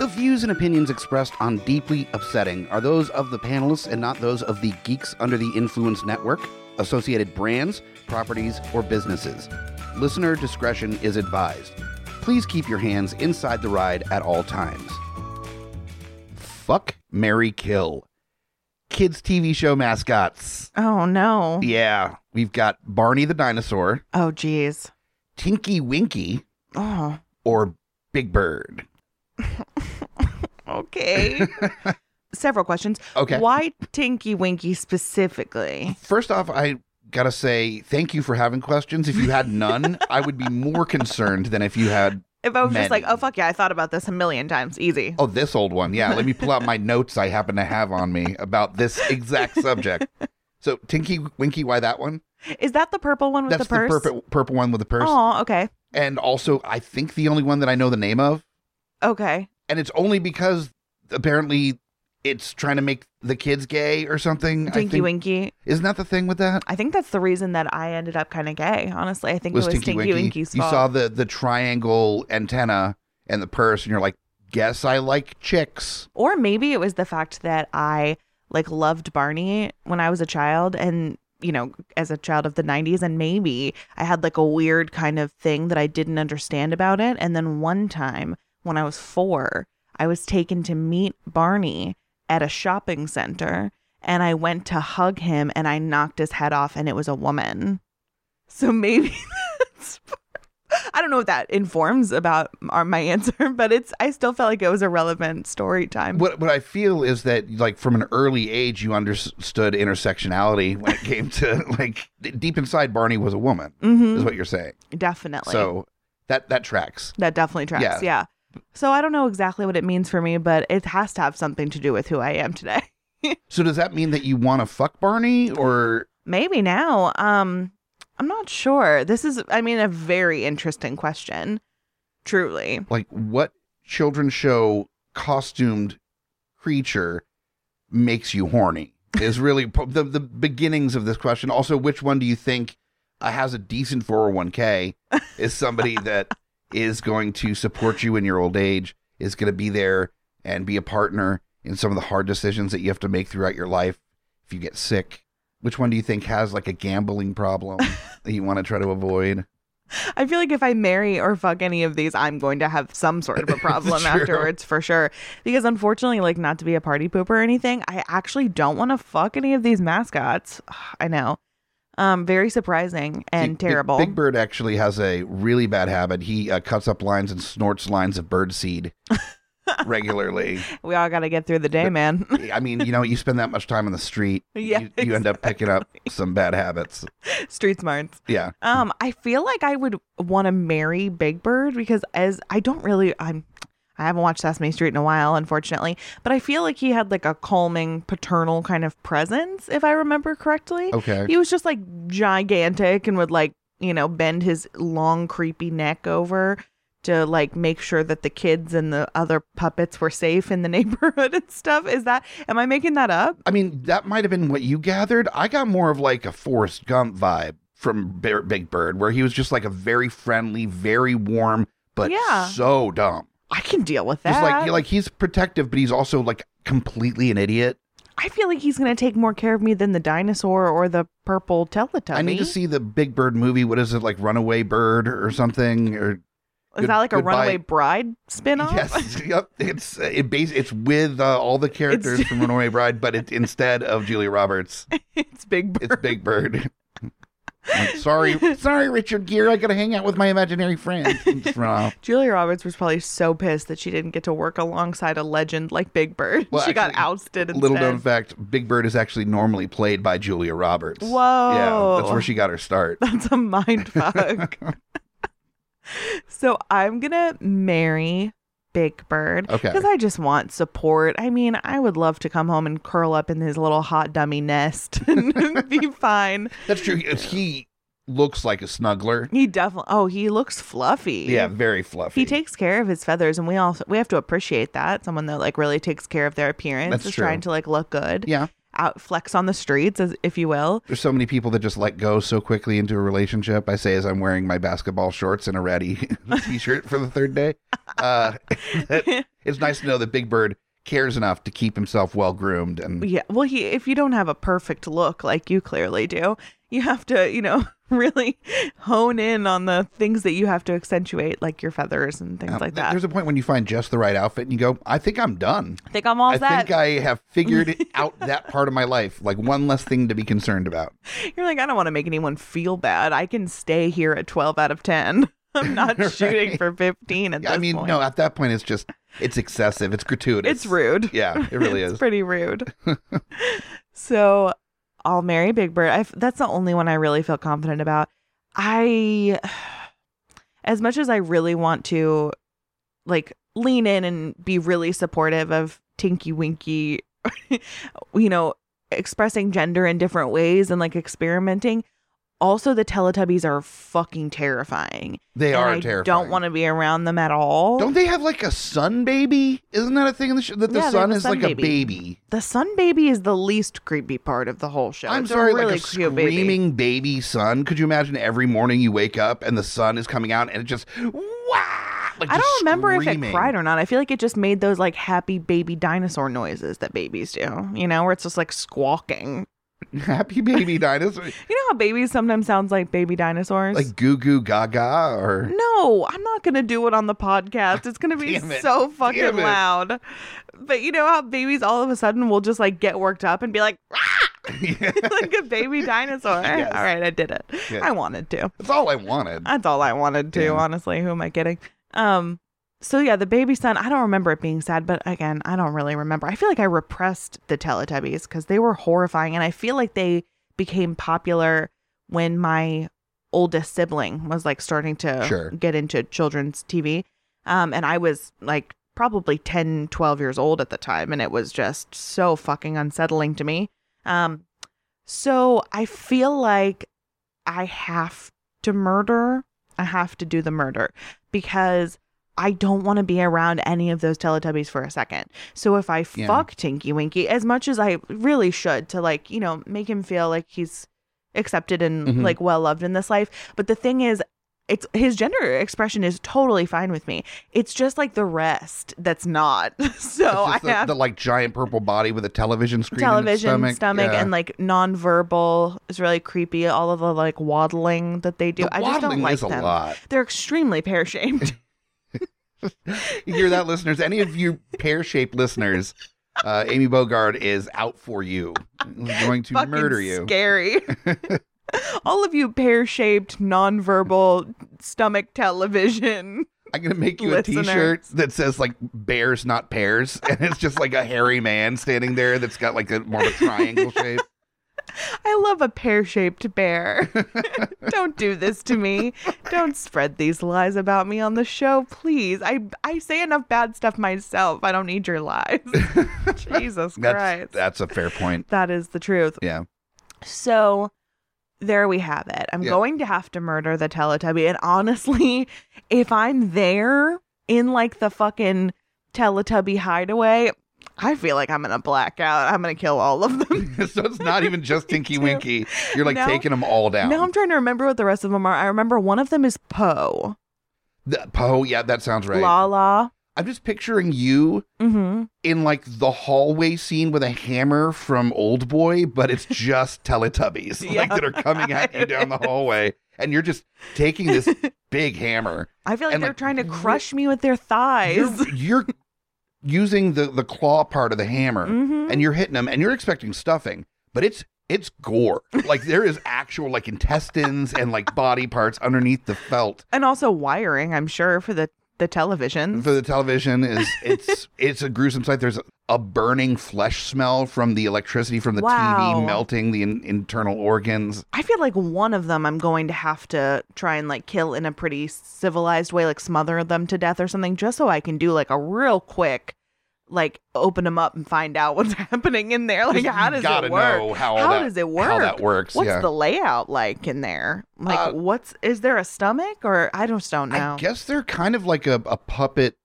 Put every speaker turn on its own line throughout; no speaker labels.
The views and opinions expressed on Deeply Upsetting are those of the panelists and not those of the Geeks Under the Influence Network, associated brands, properties, or businesses. Listener discretion is advised. Please keep your hands inside the ride at all times. Fuck Mary Kill. Kids TV show mascots.
Oh no.
Yeah, we've got Barney the dinosaur,
Oh geez.
Tinky Winky,
Oh.
or Big Bird.
Okay. Several questions.
Okay.
Why Tinky Winky specifically?
First off, I gotta say thank you for having questions. If you had none, I would be more concerned than if you had
If I was just like,
Many.
oh fuck yeah, I thought about this a million times. Easy.
oh this old one. Yeah, let me pull out my notes I happen to have on me about this exact subject. So Tinky Winky, why that one?
Is that the purple one with
That's
the purse?
purple purple one with the purse,
Oh, okay.
and also I think the only one that I know the name of,
Okay.
and it's only because apparently it's trying to make the kids gay or something. I
Tinky
think-
Winky.
Isn't that the thing with that?
I think that's the reason that I ended up kind of gay. Honestly, I think it was Tinky, Winky's
You
fault.
saw the the triangle antenna and the purse, and you're like, "Guess I like chicks."
or maybe it was the fact that I like loved Barney when I was a child and you know as a child of the 90s and maybe I had like a weird kind of thing that I didn't understand about it and then one time when I was 4 I was taken to meet Barney at a shopping center and I went to hug him and I knocked his head off and it was a woman so maybe that's I don't know if that informs about our, my answer, but it's I still felt like it was a relevant story time.
What what I feel is that like from an early age, you understood intersectionality when it came to like d- deep inside. Barney was a woman,
hmm
is what you're saying.
Definitely.
So that that tracks.
that definitely tracks.
Yeah.
Yeah. So I don't know exactly what it means for me, but it has to have something to do with who I am today.
So does that mean that you want to fuck Barney, or
Maybe now. Um, I'm not sure. This is, I mean, a very interesting question. Truly.
like what children's show costumed creature makes you horny is really po- the the beginnings of this question. Also, which one do you think uh, has a decent 401k is somebody that is going to support you in your old age, is going to be there and be a partner in some of the hard decisions that you have to make throughout your life if you get sick? Which one do you think has like a gambling problem that you want to try to avoid?
I feel like if I marry or fuck any of these, I'm going to have some sort of a problem
True.
afterwards for sure. Because unfortunately, like not to be a party pooper or anything, I actually don't want to fuck any of these mascots. I know. Um, very surprising and
Big- Big-
terrible.
Big, Bird actually has a really bad habit. He uh, cuts up lines and snorts lines of bird seed regularly.
we all got to get through the day, man.
I mean, you know, you spend that much time on the street,
Yeah,
you, you end up picking up some bad habits.
Street smarts.
Yeah.
Um, I feel like I would want to marry Big Bird because as I don't really I'm I haven't watched Sesame Street in a while, unfortunately, but I feel like he had like a calming paternal kind of presence, if I remember correctly.
Okay.
He was just like gigantic and would like, you know, bend his long creepy neck over to like make sure that the kids and the other puppets were safe in the neighborhood and stuff. Is that am I making that up?
I mean, that might have been what you gathered. I got more of like a Forrest Gump vibe from Bear, Big Bird, where he was just like a very friendly, very warm, but
Yeah.
so dumb.
I can deal with that.
Just like, like he's protective, but he's also like completely an idiot.
I feel like he's gonna take more care of me than the dinosaur or the purple Teletubby.
I need to see the Big Bird movie. What is it like, Runaway Bird or something? Or
Is
good-
that like a
goodbye.
Runaway Bride spinoff?
yes, yep. It's it base. It's with uh, all the characters from Runaway Bride, but it, instead of Julia Roberts,
it's Big Bird.
it's Big Bird. I'm sorry, sorry, Richard Gere. I gotta hang out with my imaginary friend. And just run off.
Julia Roberts was probably so pissed that she didn't get to work alongside a legend like Big Bird.
Well,
she got
actually,
ousted instead.
Little known fact: Big Bird is actually normally played by Julia Roberts.
Whoa.
Yeah, that's where she got her start.
That's a mind fuck. so I'm gonna marry Big Bird
Okay.
because I just want support. I mean, I would love to come home and curl up in his little hot dummy nest and be fine.
That's true. He looks like a snuggler.
He definitely. Oh, he looks fluffy.
Yeah, very fluffy.
He takes care of his feathers, and we all we have to appreciate that. Someone that like really takes care of their appearance
That's
is
true.
trying to like look good.
Yeah.
out flex on the streets, as if you will.
There's so many people that just let go so quickly into a relationship. I say as I'm wearing my basketball shorts and a ratty t-shirt for the third day. Uh, it's nice to know that Big Bird cares enough to keep himself well groomed and
yeah. Well, he if you don't have a perfect look like you clearly do, you have to, you know, really hone in on the things that you have to accentuate, like your feathers and things
um,
like
th-
that.
There's a point when you find just the right outfit and you go, I think I'm done.
I think I'm all
I
set.
think I have figured out that part of my life, like one less thing to be concerned about.
You're like, I don't want to make anyone feel bad. I can stay here at 12 out of 10. I'm not
Right.
shooting for 15 at
Yeah,
this
I mean,
point.
no, at that point, it's just, it's excessive. It's gratuitous.
it's rude.
Yeah, it really
it's
is.
pretty rude. so I'll marry Big Bird. I f that's the only one I really feel confident about. I, as much as I really want to, like, lean in and be really supportive of Tinky Winky, you know, expressing gender in different ways and like experimenting. Also, the Teletubbies are fucking terrifying.
They
and
are
I
terrifying.
Don't want to be around them at all.
Don't they have like a sun baby? Isn't that a thing in the show? That the
Oh. Yeah, they have
sun
a
is
sun
like a
baby.
baby.
The sun baby is the least creepy part of the whole show.
I'm
It's
sorry,
a really
like a
cute baby.
screaming baby sun. Could you imagine every morning you wake up and the sun is coming out and it just wow? Like
I
just
don't remember if
screaming.
it cried or not. I feel like it just made those like happy baby dinosaur noises that babies do, you know, where it's just like squawking.
Happy baby dinosaur,
You know how babies sometimes sounds like baby dinosaurs?
like goo goo gaga, or
no, I'm not going to do it on the podcast. It's going to be
Damn it.
so fucking
Damn it.
loud. But you know how babies all of a sudden will just like get worked up and be like, like a baby dinosaur.
Yes.
All right, I did it.
Good.
I wanted to.
that's all I wanted.
That's all I wanted to,
Yeah.
honestly. Who am I kidding? Um, so yeah, the baby son, I don't remember it being sad, but again, I don't really remember. I feel like I repressed the Teletubbies because they were horrifying, and I feel like they became popular when my oldest sibling was like starting to
Sure.
get into children's TV. Um, and I was like probably 10, 12 years old at the time, and it was just so fucking unsettling to me. Um, so I feel like I have to murder. I have to do the murder because I don't want to be around any of those Teletubbies for a second. So if I
Yeah.
fuck Tinky Winky as much as I really should to like, you know, make him feel like he's accepted and
Mhm.
like well loved in this life. But the thing is, it's his gender expression is totally fine with me. It's just like the rest that's not.
It's
so Oh, I
just the,
have
the like giant purple body with a television screen,
television
in
stomach,
its stomach, yeah.
and like nonverbal is really creepy. All of the like waddling that they do,
The
I just don't
waddling
like
is a
them.
lot.
They're extremely pear shaped.
You hear that, listeners? Any of you pear shaped listeners, uh, Amy Bogard is out for you. Is going to
Fucking
murder you.
Scary. All of you pear shaped, nonverbal stomach television.
I'm gonna make you a
listeners.
T-shirt that says like "bears, not pears," and it's just like a hairy man standing there that's got like a more of a triangle shape.
I love a pear shaped bear. Don't do this to me. Don't spread these lies about me on the show, please. I I say enough bad stuff myself. I don't need your lies. Jesus
That's
Christ.
that's a fair point.
that is the truth.
Yeah,
So there we have it. I'm
Yeah.
going to have to murder the Teletubby. And honestly, if I'm there in like the fucking Teletubby hideaway, I feel like I'm gonna black out. I'm gonna kill all of them.
so it's not even just Tinky
too.
Winky. You're like
No.
taking them all down.
Now I'm trying to remember what the rest of them are. I remember one of them is Poe,
The- Poe, yeah, that sounds right.
Lala.
I'm just picturing you
Mm-hmm.
in like the hallway scene with a hammer from Old Boy, but it's just Teletubbies
Yeah.
like that are coming at you down the hallway, and you're just taking this big hammer.
I feel like
And,
they're
like,
trying to
re-
crush me with their thighs.
You're, you're using the the claw part of the hammer.
hmm
and you're hitting them and you're expecting stuffing, but it's it's gore. Like there is actual like intestines and like body parts underneath the felt
And also wiring, I'm sure, for the the television.
for the television is it's it's a gruesome sight. There's a burning flesh smell from the electricity from the
Wow.
TV melting the in, internal organs.
I feel like one of them I'm going to have to try and like kill in a pretty civilized way, like smother them to death or something, just so I can do like a real quick, like open them up and find out what's happening in there. Like,
Just-
how
you
does
gotta
it work?
know how,
How
that,
does
How
it work?
that works.
What's
yeah.
the layout like in there? Like,
Uh,
what's is there a stomach or I just don't know.
I guess they're kind of like a, a puppet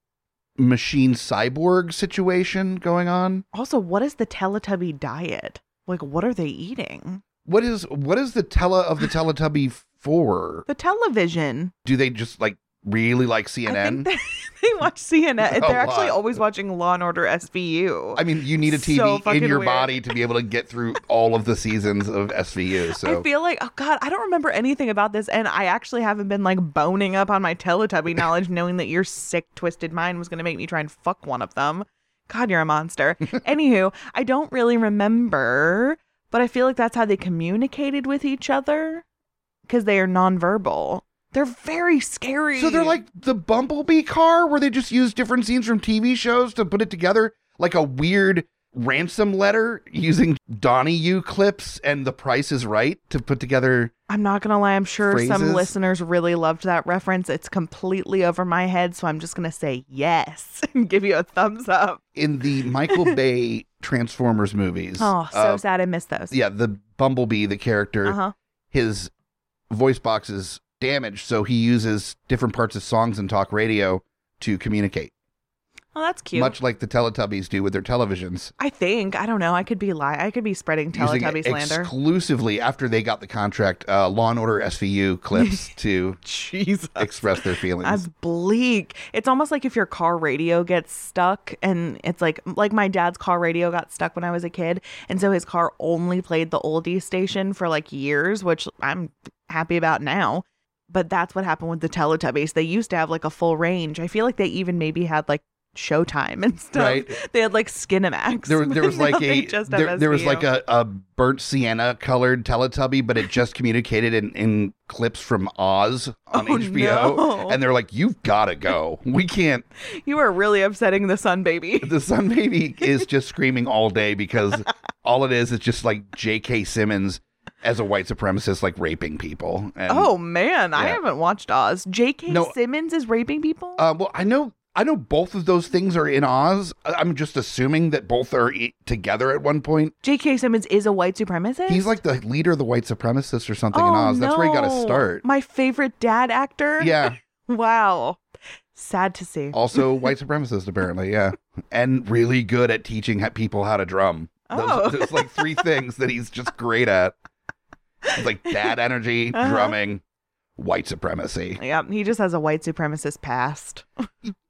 machine cyborg situation going on.
also, what is the Teletubby diet? Like, what are they eating?
What is what is the tele of the Teletubby for?
The television.
Do they just like really like CNN?
I think they, they watch CNN.
A
They're actually
lot.
always watching Law and Order SVU.
I mean, you need a TV
So
in
fucking
your
weird.
body to be able to get through all of the seasons of SVU. So
I feel like, oh God, I don't remember anything about this. And I actually haven't been like boning up on my Teletubby knowledge, knowing that your sick, twisted mind was going to make me try and fuck one of them. God, you're a monster. Anywho, I don't really remember, but I feel like that's how they communicated with each other because they are nonverbal. They're very scary.
so they're like the Bumblebee car, where they just use different scenes from TV shows to put it together, like a weird ransom letter using Donnie clips and The Price Is Right to put together.
I'm not gonna lie, I'm sure
Phrases?
some listeners really loved that reference. It's completely over my head, so I'm just gonna say yes and give you a thumbs up.
in the Michael Bay Transformers movies.
Oh, so
uh,
sad I missed those.
yeah, the Bumblebee, the character,
Uh-huh.
his voice box is damaged, so he uses different parts of songs and talk radio to communicate,
Oh, that's cute.
much like the Teletubbies do with their televisions.
I think I don't know. I could be lie. I could be spreading
Using
Teletubby slander.
exclusively after they got the contract, uh, Law and Order SVU clips to
Jesus,
express their feelings.
that's bleak. It's almost like if your car radio gets stuck, and it's like like my dad's car radio got stuck when I was a kid, and so his car only played the oldies station for like years, which I'm happy about now. But that's what happened with the Teletubbies. They used to have like a full range. I feel like they even maybe had like Showtime and stuff.
Right.
They had like Skinamax.
there, there was
Now
like
they
a
just have
there, there was
SVU.
like a, a burnt sienna colored Teletubby, but it just communicated in, in clips from Oz on
Oh,
HBO,
no.
and they're like, "You've got to go. We can't."
You are really upsetting the sun, baby.
The Sun Baby is just screaming all day because all it is is just like J.K. Simmons as a white supremacist, like raping people. And,
oh man, I
yeah.
haven't watched Oz. J.K.
No.
Simmons is raping people.
uh, well, I know. I know both of those things are in Oz. I- I'm just assuming that both are e- together at one point.
J.K. Simmons is a white supremacist.
He's like the leader of the white supremacists or something in
Oh,
Oz. That's where he got to
no.
start.
My favorite dad actor.
Yeah. Oh.
Wow. Sad to see.
also white supremacist apparently yeah and really good at teaching ha- people how to drum those,
Oh.
those like three things that he's just great at It's like dad energy
Uh-huh.
drumming white supremacy
Yeah, he just has a white supremacist past.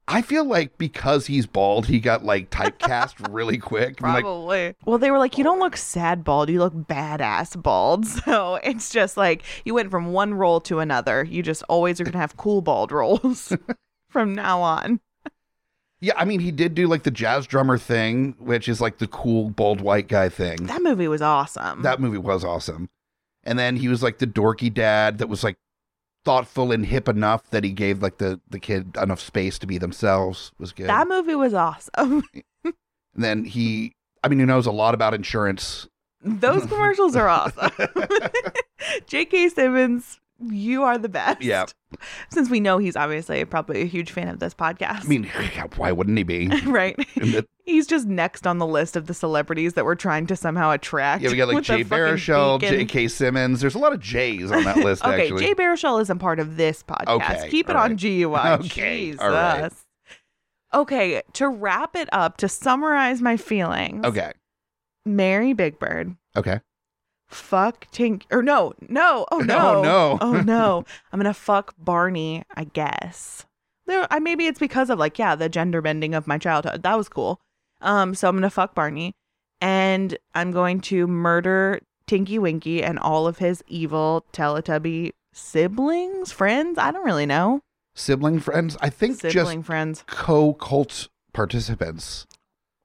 i feel like because he's bald he got like typecast really quick I'm like
Probably. well, they were like, you don't look sad bald, you look badass bald. So it's just like you went from one role to another. You just always are gonna have cool bald roles from now on.
yeah i mean he did do like the jazz drummer thing which is like the cool bald white guy thing
That movie was awesome.
that movie was awesome and then he was like the dorky dad that was like thoughtful and hip enough that he gave like the the kid enough space to be themselves was good
That movie was awesome.
And then he, I mean, he knows a lot about insurance.
Those commercials are awesome. J.K. Simmons, you are the best.
Yeah.
Since we know he's obviously probably a huge fan of this podcast.
I mean, yeah, why wouldn't he be?
right.
And the-
He's just next on the list of the celebrities that we're trying to somehow attract.
yeah, we got like
with the
Jay
fucking
Baruchel,
beacon.
J.K. Simmons. There's a lot of J's on that list,
Okay,
actually.
Jay Baruchel isn't part of this podcast.
Okay,
Keep it
all
on
right.
GUI.
Okay,
Jesus.
all right.
Okay, to wrap it up, to summarize my feelings.
okay,
Mary Big Bird.
okay.
fuck Tink or no, no, oh no,
Oh, no.
oh no. I'm gonna fuck Barney, I guess. There, I maybe it's because of like yeah, the gender bending of my childhood. That was cool. Um, so I'm gonna fuck Barney, and I'm going to murder Tinky Winky and all of his evil Teletubby siblings, friends. I don't really know
Sibling friends. I think
sibling friends,
just co cult participants.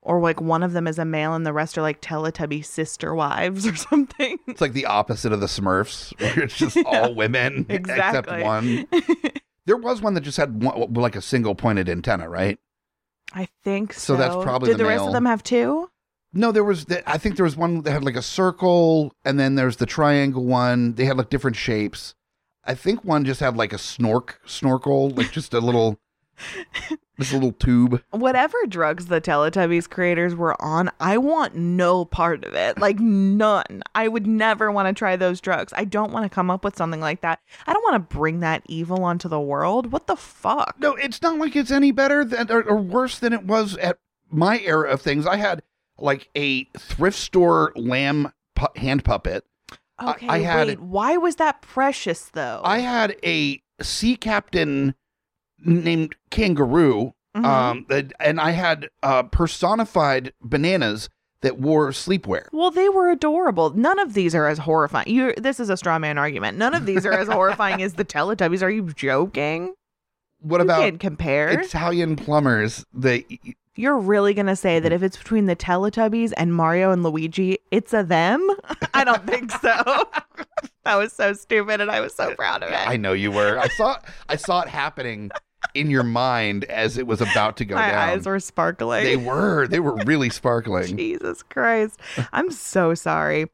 or like one of them is a male and the rest are like Teletubby sister wives or something.
It's like the opposite of the Smurfs, where it's just
Yeah.
all women except
Exactly.
one. There was one that just had one, like a single pointed antenna, right?
I think so.
So that's probably
Did
the
the, rest
male.
of them have two?
No, there was. The, I think there was one that had like a circle, and then there's the triangle one. They had like different shapes. I think one just had like a snork snorkel, like just a little, this little tube.
Whatever drugs the Teletubbies creators were on, I want no part of it. Like none. I would never want to try those drugs. I don't want to come up with something like that. I don't want to bring that evil onto the world. What the fuck?
No, it's not like it's any better than or, or worse than it was at my era of things. I had like a thrift store lamb pu- hand puppet. I-
Okay,
I had-
wait. Why was that precious though?
I had a sea captain named Kangaroo,
Mhm.
um, and- and I had uh, personified bananas that wore sleepwear.
well, they were adorable. None of these are as horrifying. You, this is a straw man argument. None of these are as horrifying as the Teletubbies. Are you joking?
What
you
about
can't compare.
Italian plumbers? They
You're really gonna say
Mm-hmm.
that if it's between the Teletubbies and Mario and Luigi, it's a them? I don't think so. that was so stupid, and I was so proud of it.
I know you were. I saw I saw it happening in your mind as it was about to go
My
down.
eyes were sparkling.
they were they were really sparkling.
Jesus Christ. I'm so sorry.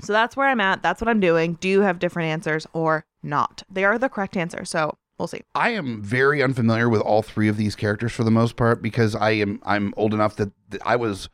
So that's where I'm at. That's what I'm doing. Do you have different answers or not? They are the correct answer. So we'll see.
I am very unfamiliar with all three of these characters for the most part because I am I'm old enough that, that I was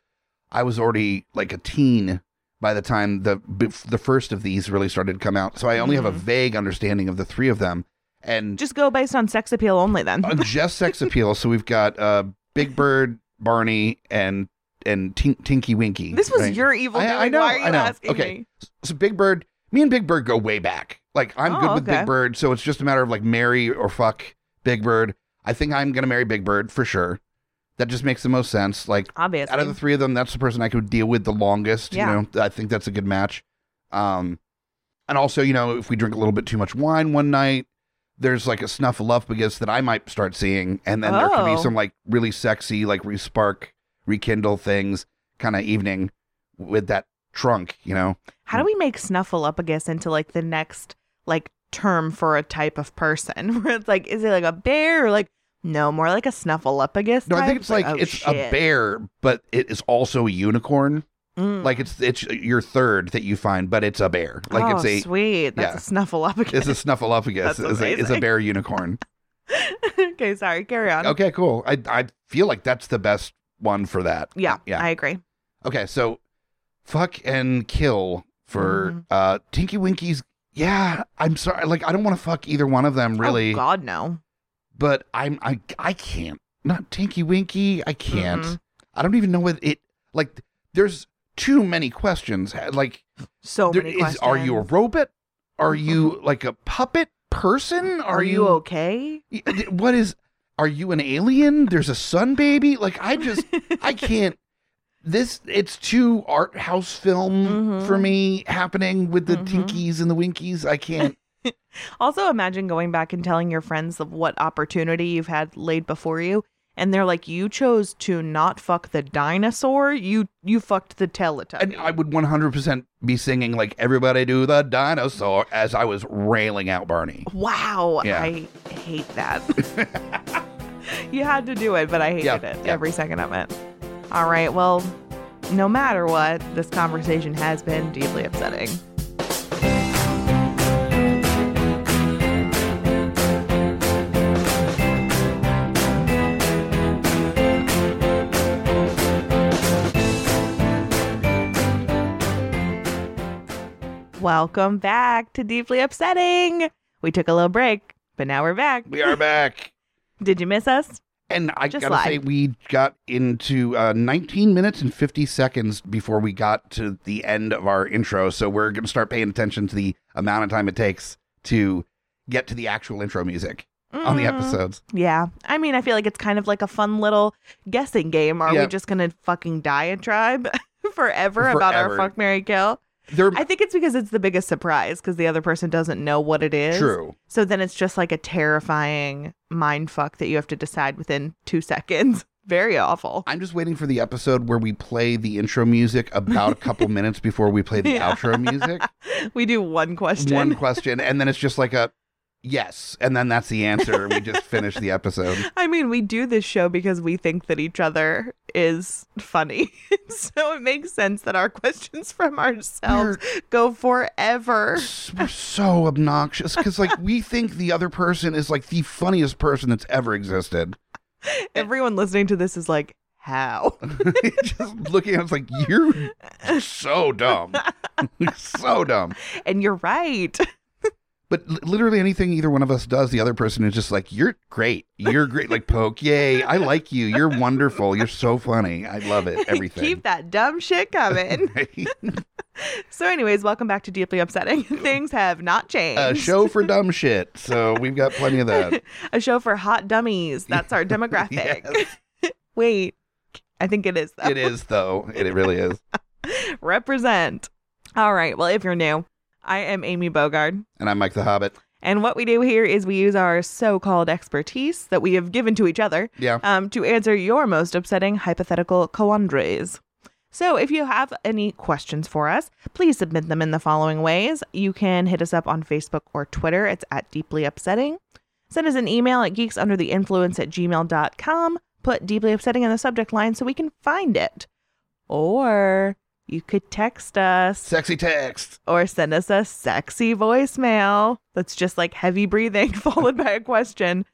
I was already like a teen by the time the bef- the first of these really started to come out. So I only have a
Mhm.
vague understanding of the three of them and
Just go based on sex appeal only then.
uh, just sex appeal. So we've got uh Big Bird, Barney, and and Tink- Tinky Winky.
This was
right?
your evil
I-
doing.
I know,
Why are you
I know.
asking
Okay.
me?
so Big Bird, me and Big Bird go way back. Like I'm
Oh,
good with
okay.
Big Bird, so it's just a matter of like marry or fuck Big Bird. I think I'm gonna marry Big Bird for sure. That just makes the most sense. Like
Obviously.
out of the three of them, that's the person I could deal with the longest.
Yeah.
You know, I think that's a good match. Um, and also, you know, if we drink a little bit too much wine one night, there's like a snuffleupagus that I might start seeing, and then there could
Oh.
be some like really sexy, like respark, rekindle things kind of evening with that trunk. You know.
How do we make snuffleupagus into like the next like term for a type of person? Where it's like, is it like a bear or like no, more like a snuffleupagus?
No, I
type?
think it's like
oh,
it's a
shit.
bear, but it is also a unicorn.
Mm.
Like it's it's your third that you find, but it's a bear. Like
oh,
it's a
sweet. That's a snuffleupagus.
it's a snuffleupagus.
That's
It's a, it's a
amazing.
bear unicorn.
okay, sorry. Carry on.
Okay, cool. I I feel like that's the best one for that. Uh,
Yeah,
yeah.
I agree. Oh,
okay, so fuck and kill for
Mhm.
uh Tinky Winky's. Yeah, I'm sorry. Like I don't want to fuck either one of them really,
Oh, God, no.
but I'm I I can't. Not Tinky Winky. I can't.
Mhm.
I don't even know what it like. There's too many questions. Like,
So
there
many
is-
questions. Mm-hmm.
are you a robot? Are you like a puppet person?
Are, you, okay?
What is? Are you an alien? There's a sun baby. Like, I just I can't. This it's too art house film
Mhm.
for me happening with the
Mhm.
Tinkies and the Winkies. I can't.
also, imagine going back and telling your friends of what opportunity you've had laid before you, and they're like, "You chose to not fuck the dinosaur. You you fucked the Teletubby."
and I would 100% be singing like everybody do the dinosaur as I was railing out Barney.
wow,
Yeah.
I hate that. you had to do it, but I hated
Yeah,
it
yeah.
every second of it. All right, well, no matter what, this conversation has been deeply upsetting. Welcome back to Deeply Upsetting. We took a little break, but now we're back.
We are back.
Did you miss us?
And I
Just
gotta
lie.
say, we got into uh, 19 minutes and 50 seconds before we got to the end of our intro. So we're gonna start paying attention to the amount of time it takes to get to the actual intro music on the
Mm.
episodes.
Yeah. I mean, I feel like it's kind of like a fun little guessing game. Are we
Yeah.
just going to fucking diatribe forever, about our
Forever.
fuck, Mary kill?
They're
I think it's because it's the biggest surprise because the other person doesn't know what it is.
true.
So then it's just like a terrifying mind fuck that you have to decide within two seconds. Very awful.
I'm just waiting for the episode where we play the intro music about a couple minutes before we play the
Yeah.
outro music.
we do one question.
One question, and then it's just like a yes, and then that's the answer. We just finish the episode.
I mean, we do this show because we think that each other is funny. so it makes sense that our questions from ourselves go forever.
s- we're so obnoxious because like we think the other person is like the funniest person that's ever existed. Eh.
Everyone listening to this is like, how?
Just looking at us like you're so dumb, so dumb.
And you're right.
But li- literally anything either one of us does, the other person is just like, "You're great. You're great." Like poke, yay! I like you. You're wonderful. You're so funny. I love it. Everything.
Keep that dumb shit coming. so, anyways, welcome back to Deeply Upsetting. Things have not changed.
a show for dumb shit. So we've got plenty of that.
A show for hot dummies. That's our demographic.
Yes,
Wait, I think it is. Though.
it is though. It, it really is.
Represent. All right. Well, if you're new, I am Amy Bogard.
And I'm Mike the Hobbit.
And what we do here is we use our so called expertise that we have given to each other
Yeah.
um, to answer your most upsetting hypothetical quandaries. So, if you have any questions for us, please submit them in the following ways. You can hit us up on Facebook or Twitter. It's at Deeply Upsetting. Send us an email at geeksundertheinfluence at gmail.com. Put Deeply Upsetting in the subject line so we can find it. Or you could text us
Sexy text.
or send us a sexy voicemail that's just like heavy breathing followed by a question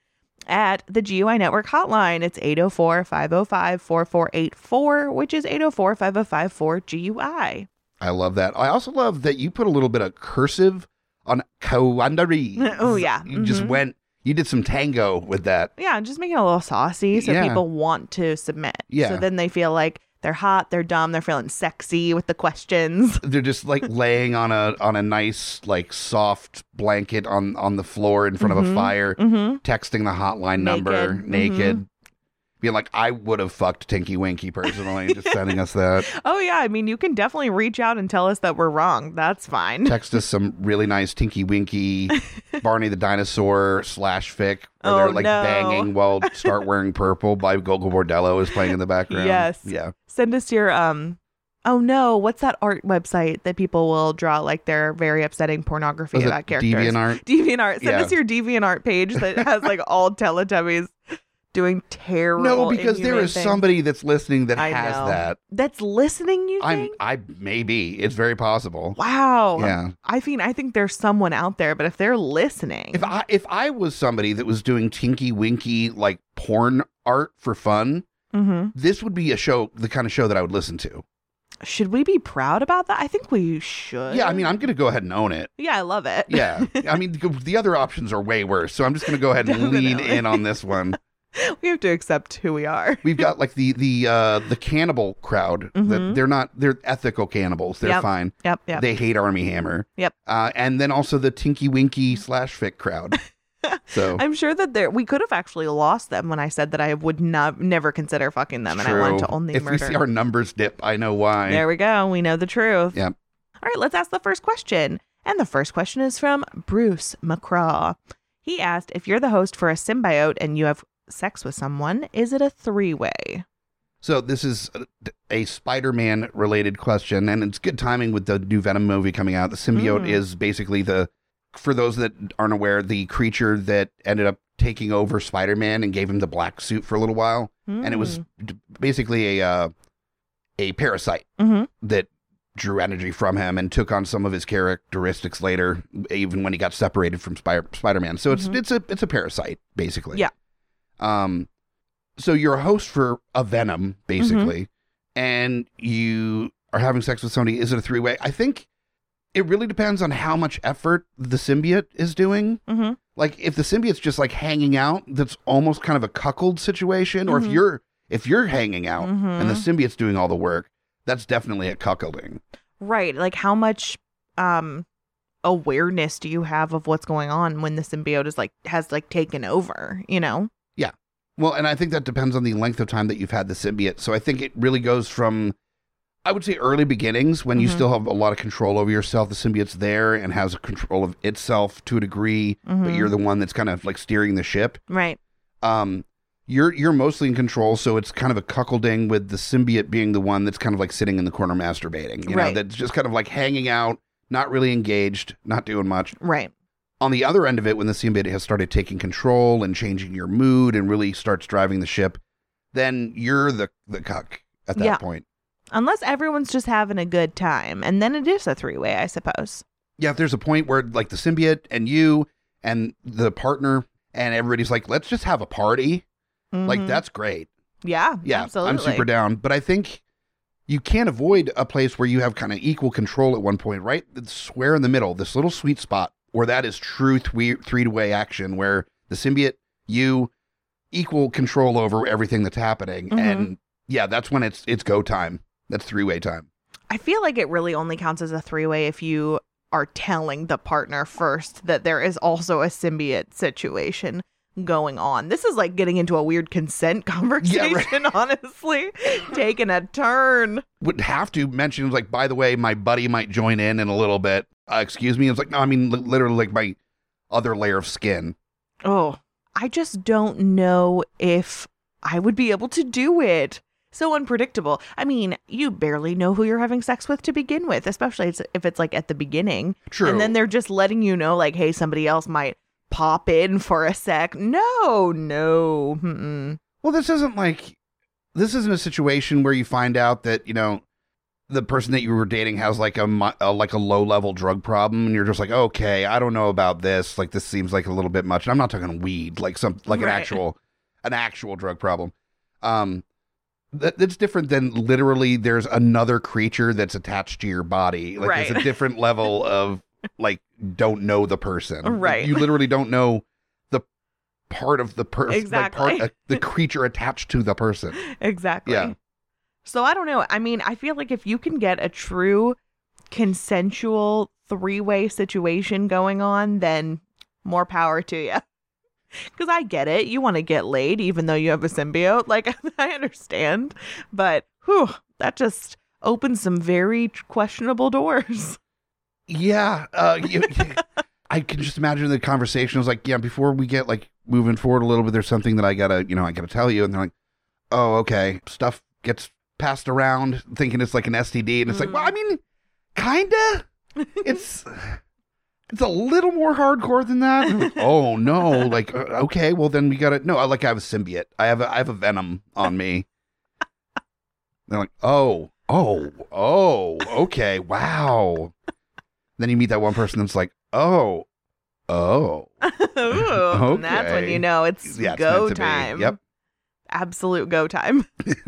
at the GUI Network hotline. It's 804 505 4484, which is 804 505 4GUI.
I love that. I also love that you put a little bit of cursive on Kawandari.
Oh, yeah.
You just
Mhm.
went, you did some tango with that.
Yeah, just make it a little saucy so
Yeah.
people want to submit.
Yeah.
So then they feel like they're hot, they're dumb, they're feeling sexy with the questions.
They're just like laying on a on a nice like soft blanket on on the floor in front of
Mhm.
a fire,
Mm-hmm.
texting the hotline number
Naked. Mm-hmm.
naked, being like, "I would have fucked Tinky Winky personally." just sending us that.
Oh, yeah. I mean, you can definitely reach out and tell us that we're wrong. That's fine.
Text us some really nice Tinky Winky, Barney the Dinosaur slash fic, where
Oh,
they're like
no.
banging while "Start Wearing Purple" by Gogo Bordello is playing in the background.
Yes.
yeah.
send us your um oh no what's that art website that people will draw like their very upsetting pornography
Was it
about characters
DeviantArt?
deviantart send
Yeah.
us your deviantart page that has like all teletubbies doing terrible
No, because there
inhumane
is
things.
somebody that's listening that
I
has
know.
that.
that's listening you
I'm
think
I maybe it's very possible.
wow
Yeah.
i mean i think there's someone out there but if they're listening
If I if I was somebody that was doing Tinky Winky like porn art for fun,
Mhm.
this would be a show, the kind of show that I would listen to.
should we be proud about that i think we should
Yeah, I mean, I'm gonna go ahead and own it.
yeah i love it
Yeah, I mean, the- the other options are way worse. So I'm just gonna go ahead and lean
Definitely.
in on this one.
we have to accept who we are
We've got like the the uh the cannibal crowd.
Mhm.
That they're not they're ethical cannibals. They're
Yep.
fine.
yep yep
They hate Army Hammer.
Yep.
Uh, and then also the Tinky Winky slash fic crowd. So
I'm sure that there we could have actually lost them when I said that I would not never consider fucking them and I want
True.
to only
if we
murder.
see our numbers dip, I know why.
there we go. We know the truth.
Yep.
All right, let's ask the first question. And the first question is from Bruce McCraw. He asked if you're the host for a symbiote and you have sex with someone, is it a three-way?
So this is a- a Spider-Man related question, and it's good timing with the new Venom movie coming out. The symbiote
Mm.
is basically the, for those that aren't aware, the creature that ended up taking over Spider-Man and gave him the black suit for a little while, and it
Hmm.
was d- basically a uh, a parasite
hmm
that drew energy from him and took on some of his characteristics later, even when he got separated from Spider Spider Man. So it's
Mhm.
it's a it's a parasite basically.
Yeah.
Um, so you're a host for a Venom basically, and you are having sex with somebody. Is it a three way? I think it really depends on how much effort the symbiote is doing.
hmm
Like if the symbiote's just like hanging out, that's almost kind of a cuckold situation. Or if
Mhm.
you're if you're hanging out and the
Mhm.
symbiote's doing all the work, that's definitely a cuckolding.
Right. Like how much um awareness do you have of what's going on when the symbiote is like has like taken over, you know?
Well, and I think that depends on the length of time that you've had the symbiote. So I think it really goes from, I would say, early beginnings when you
Mhm.
still have a lot of control over yourself. The symbiote's there and has control of itself to a degree, but
Mhm.
you're the one that's kind of like steering the ship.
right.
Um, you're you're mostly in control, so it's kind of a cuckolding with the symbiote being the one that's kind of like sitting in the corner masturbating. You know,
Right.
that's just kind of like hanging out, not really engaged, not doing much
Right.
on the other end of it, when the symbiote has started taking control and changing your mood and really starts driving the ship, then you're the the cuck at that
Yeah.
point.
Unless everyone's just having a good time, and then it is a three way, I suppose.
Yeah, if there's a point where like the symbiote and you and the partner and everybody's like, let's just have a party. Like
Mhm.
that's great.
Yeah,
Yeah,
absolutely.
I'm super down. But I think you can't avoid a place where you have kind of equal control at one point, right? The square in the middle, this little sweet spot where that is true three three way action where the symbiote you equal control over everything that's happening
Mhm.
and yeah that's when it's it's go time that's three way time
I feel like it really only counts as a three way if you are telling the partner first that there is also a symbiote situation going on. This is like getting into a weird consent conversation, honestly, taking a turn.
would have to mention like by the way my buddy might join in in a little bit uh, excuse me it's like no i mean li- literally like my other layer of skin
Oh, I just don't know if I would be able to do it. So unpredictable. I mean, you barely know who you're having sex with to begin with, especially it's- if it's like at the beginning.
true
And then they're just letting you know, like, hey, somebody else might pop in for a sec. No, no. Mm-mm.
Well, this isn't like this isn't a situation where you find out that you know the person that you were dating has like a, mi- a like a low level drug problem, and you're just like, okay, I don't know about this. Like this seems like a little bit much. And I'm not talking weed, like some like an
Right.
actual an actual drug problem. Um, that, that's different than literally there's another creature that's attached to your body. Like there's a
Right.
different level of like don't know the person. Like,
Right.
you literally don't know the part of the person
Exactly.
uh, the creature attached to the person.
Exactly.
Yeah.
So I don't know. I mean, I feel like if you can get a true consensual three way situation going on, then more power to you. Because I get it. You want to get laid, even though you have a symbiote. Like, I understand. But, whew, that just opens some very questionable doors.
Yeah, uh, you, I can just imagine the conversation was like, yeah, before we get like moving forward a little bit, there's something that I gotta, you know, I gotta tell you, and they're like, oh, okay, stuff gets passed around, thinking it's like an STD, and it's like,
Mm.
well, I mean, kinda, it's. It's a little more hardcore than that. oh no! Like uh, okay, well then we got to no. I Like I have a symbiote. I have a, I have a venom on me. They're like, oh, oh, oh, okay, wow. Then you meet that one person that's like, oh, oh,
Ooh, and That's when
Okay.
you know it's
yeah, it's
go
meant to be.
time.
Yep.
Absolute go time.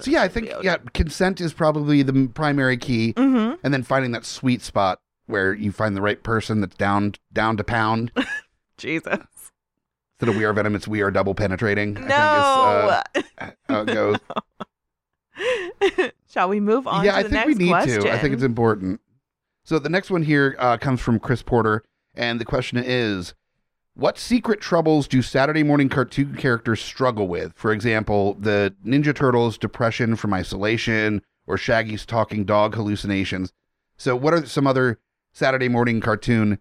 So yeah, I think yeah, consent is probably the m- primary key,
hmm
and then finding that sweet spot where you find the right person that's down down to pound.
Jesus.
Instead of we are venom, it's we are double penetrating.
No.
I think is, uh, how it goes.
Shall we move on
yeah,
to
I
the
think
next
we need
question?
to. I think it's important. So the next one here uh, comes from Chris Porter, and the question is, what secret troubles do Saturday morning cartoon characters struggle with? For example, the Ninja Turtles' depression from isolation, or Shaggy's talking dog hallucinations. So, what are some other Saturday morning cartoon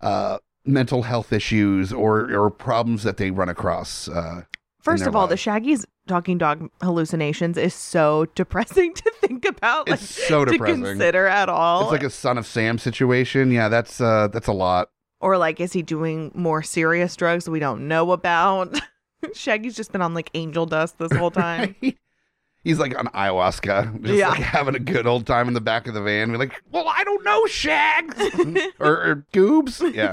uh, mental health issues or or problems that they run across? Uh,
First
their
of all, the
lives.
Shaggy's talking dog hallucinations is so depressing to think about. Like,
it's so
to
depressing.
consider at all.
It's like a son of Sam situation. Yeah, that's uh, that's a lot.
or like is he doing more serious drugs we don't know about? Shaggy's just been on like angel dust this whole time.
He's like on ayahuasca, just
Yeah.
like having a good old time in the back of the van. We're like, well, I don't know, shags or, or goobs. Yeah.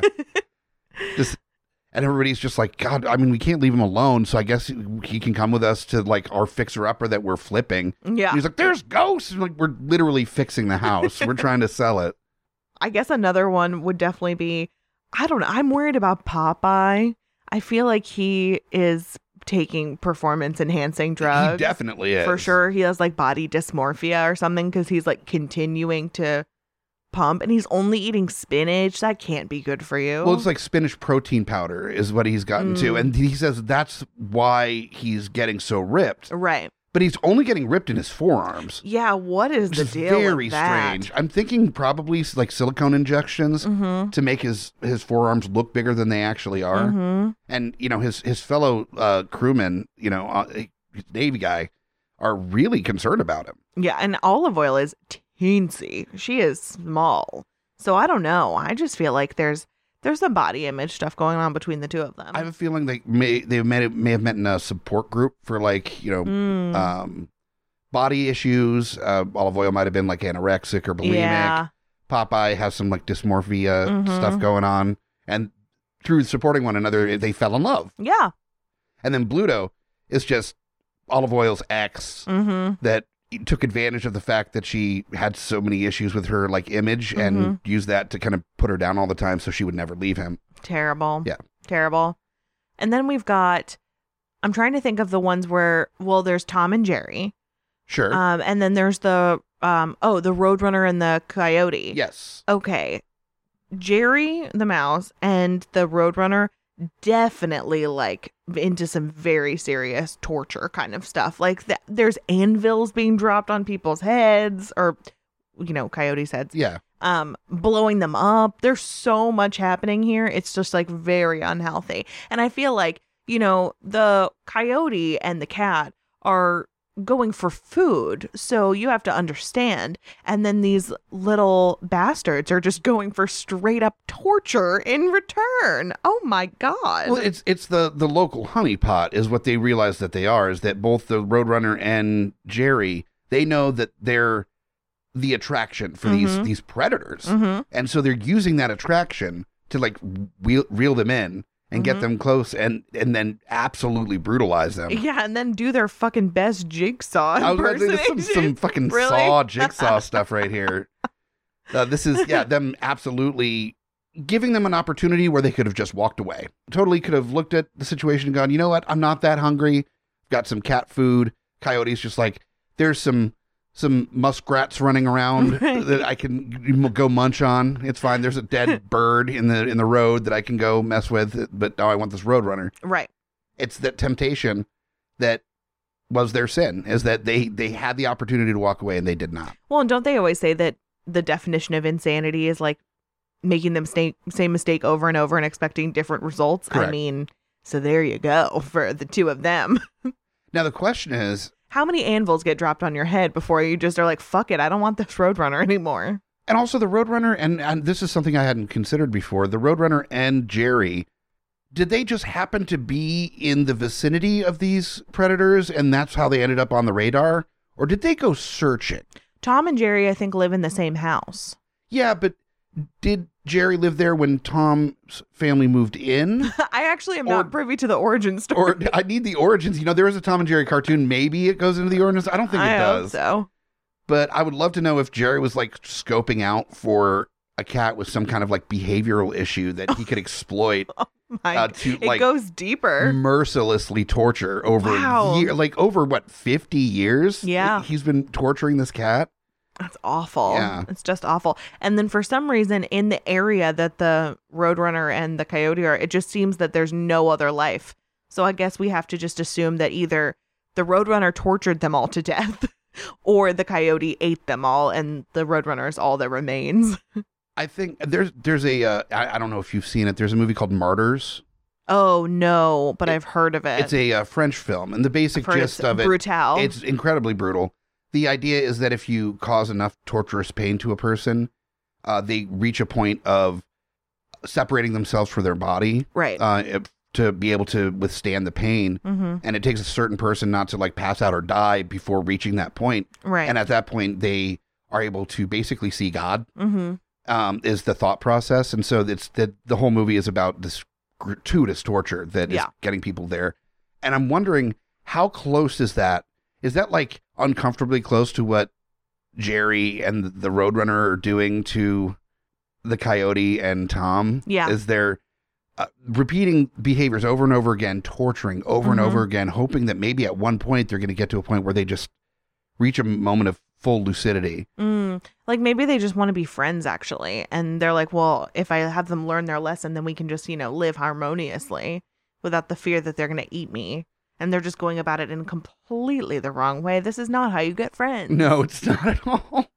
just and everybody's just like, God, I mean, we can't leave him alone. So I guess he can come with us to like our fixer upper that we're flipping.
yeah.
And he's like, there's ghosts. And like, we're literally fixing the house. we're trying to sell it.
I guess another one would definitely be I don't know. I'm worried about Popeye. I feel like he is taking performance enhancing
he
drugs.
definitely is.
For sure. He has like body dysmorphia or something because he's like continuing to pump and he's only eating spinach. That can't be good for you.
Well, it's like spinach protein powder is what he's gotten to.
Mm.
And he says that's why he's getting so ripped.
right.
But he's only getting ripped in his forearms.
Yeah. What is the
It's
deal?
very strange. I'm thinking probably s- like silicone injections
Mm
to make his his forearms look bigger than they actually
hmm.
are.
Mm-hmm.
And you know his his fellow uh, crewmen, you know, uh, his Navy guy, are really concerned about him.
Yeah, and olive oil is teensy. She is small. So I don't know. I just feel like there's there's some body image stuff going on between the two of them.
I have a feeling they may they may, may have met in a support group for like you know
Mm,
um, body issues. Uh, olive oil might have been like anorexic or bulimic.
yeah.
Popeye has some like dysmorphia
Mhm.
stuff going on, and through supporting one another, they fell in love.
Yeah.
And then Bluto is just olive oil's ex
Mm-hmm.
that took advantage of the fact that she had so many issues with her like image and
Mm-hmm.
used that to kind of put her down all the time so she would never leave him.
Terrible.
Yeah.
Terrible. And then we've got I'm trying to think of the ones where well, there's Tom and Jerry.
Sure.
Um, and then there's the um oh, the Roadrunner and the Coyote.
yes.
Okay. Jerry the mouse and the Roadrunner definitely like into some very serious torture kind of stuff. Like th- there's anvils being dropped on people's heads or you know, coyotes' heads
Yeah.
um blowing them up there's so much happening here it's just like very unhealthy and i feel like you know the coyote and the cat are going for food so you have to understand and then these little bastards are just going for straight up torture in return oh my god
Well, it's it's the the local honeypot is what they realize that they are is that both the Roadrunner and Jerry they know that they're the attraction for these
Mhm.
these predators,
hmm
and so they're using that attraction to like wheel, reel them in and get
Mhm.
them close and and then absolutely brutalize them.
yeah and then do their fucking best jigsaw
I was about to say, this is some, some
impersonation.
fucking
Really?
saw jigsaw stuff right here. Uh, this is yeah, them absolutely giving them an opportunity where they could have just walked away. Totally could have looked at the situation and gone, you know what, I'm not that hungry. Got some cat food. Coyotes just like there's some some muskrats running around
Right.
that I can go munch on. It's fine. There's a dead bird in the in the road that I can go mess with. But now I want this roadrunner
right
it's that temptation that was their sin is that they they had the opportunity to walk away and they did not
Well, and don't they always say that the definition of insanity is like making them sta- same mistake over and over and expecting different results? I
Correct.
mean, so there you go for the two of them.
now the question is
How many anvils get dropped on your head before you just are like, fuck it, I don't want this roadrunner anymore?
and also the roadrunner and and this is something i hadn't considered before the roadrunner and jerry did they just happen to be in the vicinity of these predators and that's how they ended up on the radar or did they go searching
Tom and Jerry, I think, live in the same house.
yeah but did jerry live there when tom's family moved in
I actually am
Or-
not privy to the origin story.
or i need the origins you know there is a tom and jerry cartoon maybe it goes into the origins i don't think it
I hope
does
so.
but I would love to know if Jerry was like scoping out for a cat with some kind of like behavioral issue that he could exploit
My-
uh, to
it
like
goes deeper.
mercilessly torture over
Wow.
year, like over what fifty years.
Yeah.
he's been torturing this cat.
That's awful.
Yeah.
It's just awful. And then for some reason, in the area that the Roadrunner and the Coyote are, it just seems that there's no other life. So I guess we have to just assume that either the Roadrunner tortured them all to death or the Coyote ate them all and the Roadrunner is all that remains.
I think there's there's a uh, I, I don't know if you've seen it. There's a movie called Martyrs.
Oh, no, but
It-
I've heard of it.
It's a uh, French film, and the basic
I've heard
gist
it's
of it
Brutal.
It's incredibly brutal. The idea is that if you cause enough torturous pain to a person, uh, they reach a point of separating themselves from their body
right.
uh, if- to be able to withstand the pain.
mm-hmm.
And it takes a certain person not to like pass out or die before reaching that point.
Right.
And at that point, they are able to basically see God.
mm-hmm.
Um, is the thought process, and so it's that the whole movie is about this gratuitous torture that is
Yeah.
getting people there. And I'm wondering how close is that? Is that like uncomfortably close to what Jerry and the Roadrunner are doing to the Coyote and Tom?
Yeah.
is there uh, repeating behaviors over and over again, torturing over and
Mhm.
over again, hoping that maybe at one point they're going to get to a point where they just reach a moment of full lucidity?
Mm, like maybe they just want to be friends actually. And they're like, well, if I have them learn their lesson, then we can just, you know, live harmoniously without the fear that they're going to eat me. And they're just going about it in completely the wrong way. This is not how you get friends.
No, it's not at all.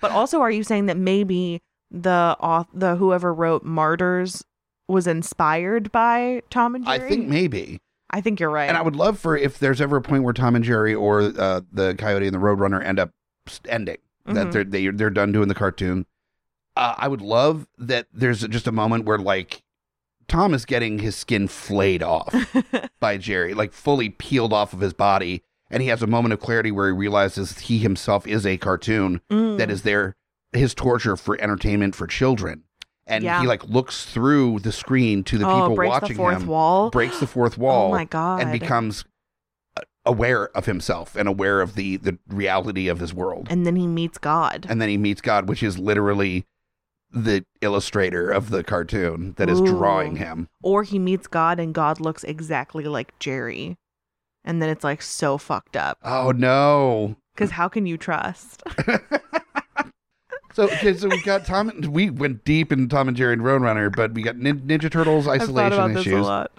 But also, are you saying that maybe the auth- the whoever wrote Martyrs was inspired by Tom and
I
Jerry?
think maybe.
I think you're right.
And I would love for if there's ever a point where Tom and Jerry or uh, the Coyote and the Roadrunner end up s- ending that
Mhm.
they're they, they're done doing the cartoon. Uh, I would love that there's just a moment where like Tom is getting his skin flayed off by Jerry, like fully peeled off of his body, and he has a moment of clarity where he realizes he himself is a cartoon
Mm.
that is there his torture for entertainment for children, and
Yeah.
he like looks through the screen to the
oh,
people
breaks
watching
the fourth
him,
wall.
breaks the fourth wall,
Oh my god!
and becomes uh, aware of himself and aware of the the reality of his world.
And then he meets God.
and then he meets God, which is literally the illustrator of the cartoon that is
Ooh.
drawing him.
Or he meets God and God looks exactly like Jerry. And then it's like so fucked up.
Oh no!
Because how can you trust?
So, okay, so we got Tom. And, we went deep in Tom and Jerry and Roadrunner, but we got Nin- Ninja Turtles
I've
isolation
thought about this a
issues.
lot.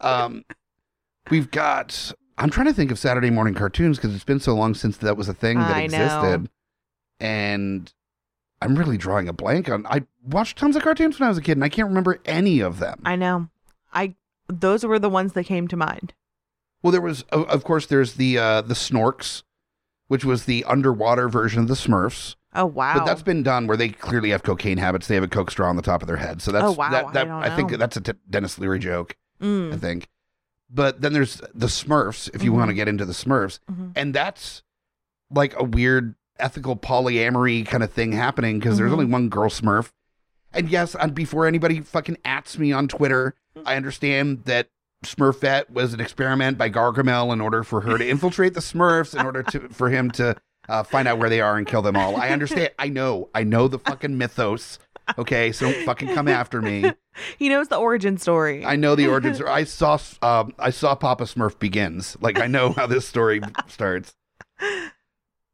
Um, we've got. I'm trying to think of Saturday morning cartoons because it's been so long since that was a thing that
I know.
existed, and I'm really drawing a blank on. I watched tons of cartoons when I was a kid, and I can't remember any of them.
I know. I those were the ones that came to mind.
Well, there was, o- of course, there's the uh, the Snorks, which was the underwater version of the Smurfs.
Oh wow.
But that's been done where they clearly have cocaine habits. They have a coke straw on the top of their head. So that's
Oh, wow.
that,
I
that
don't
think
know.
that's a t- Dennis Leary joke. I
Mm,
think. But then there's the Smurfs. If you
Mhm.
want to get into the Smurfs,
mhm.
and that's like a weird ethical polyamory kind of thing happening because there's
Mhm.
only one girl Smurf. And yes, and before anybody fucking ats me on Twitter, I understand that Smurfette was an experiment by Gargamel in order for her to infiltrate the Smurfs in order to for him to uh, find out where they are and kill them all. I understand. I know. I know the fucking mythos. Okay, so don't fucking come after me.
He knows the origin story.
I know the origins. I saw um, I saw Papa Smurf begins. Like I know how this story starts.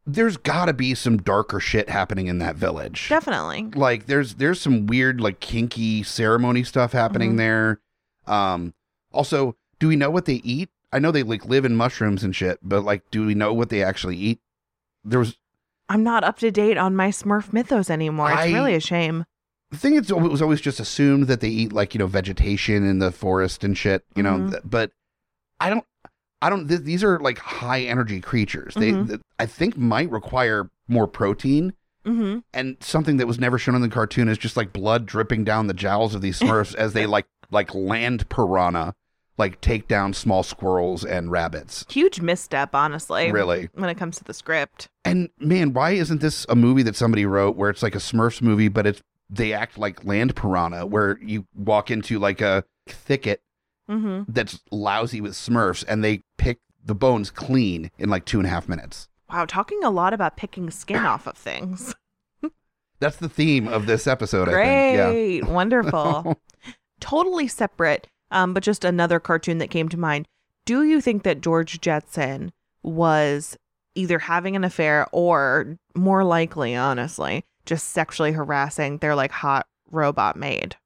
There's got to be some darker shit happening in that village.
Definitely.
Like there's there's some weird like kinky ceremony stuff happening
Mhm.
there. Um also, do we know what they eat? I know they like live in mushrooms and shit, but like do we know what they actually eat? There was
I'm not up to date on my Smurf mythos anymore. It's
I-
really a shame.
the thing it's, it was always just assumed that they eat like you know vegetation in the forest and shit you know
Mhm.
th- but i don't i don't th- these are like high energy creatures they
Mhm.
th- i think might require more protein
Mm-hmm.
and something that was never shown in the cartoon is just like blood dripping down the jowls of these smurfs as they like like land piranha like take down small squirrels and rabbits
Huge misstep, honestly.
really
When it comes to the script.
and man why isn't this a movie that somebody wrote where it's like a smurfs movie but it's they act like land piranha where you walk into like a thicket
Mm-hmm.
that's lousy with smurfs and they pick the bones clean in like two and a half minutes
Wow, talking a lot about picking skin off of things.
that's the theme of this episode i think yeah
Great. Wonderful. totally separate, um, but just another cartoon that came to mind. Do you think that George Jetson was either having an affair or more likely, honestly, just sexually harassing their like hot robot maid?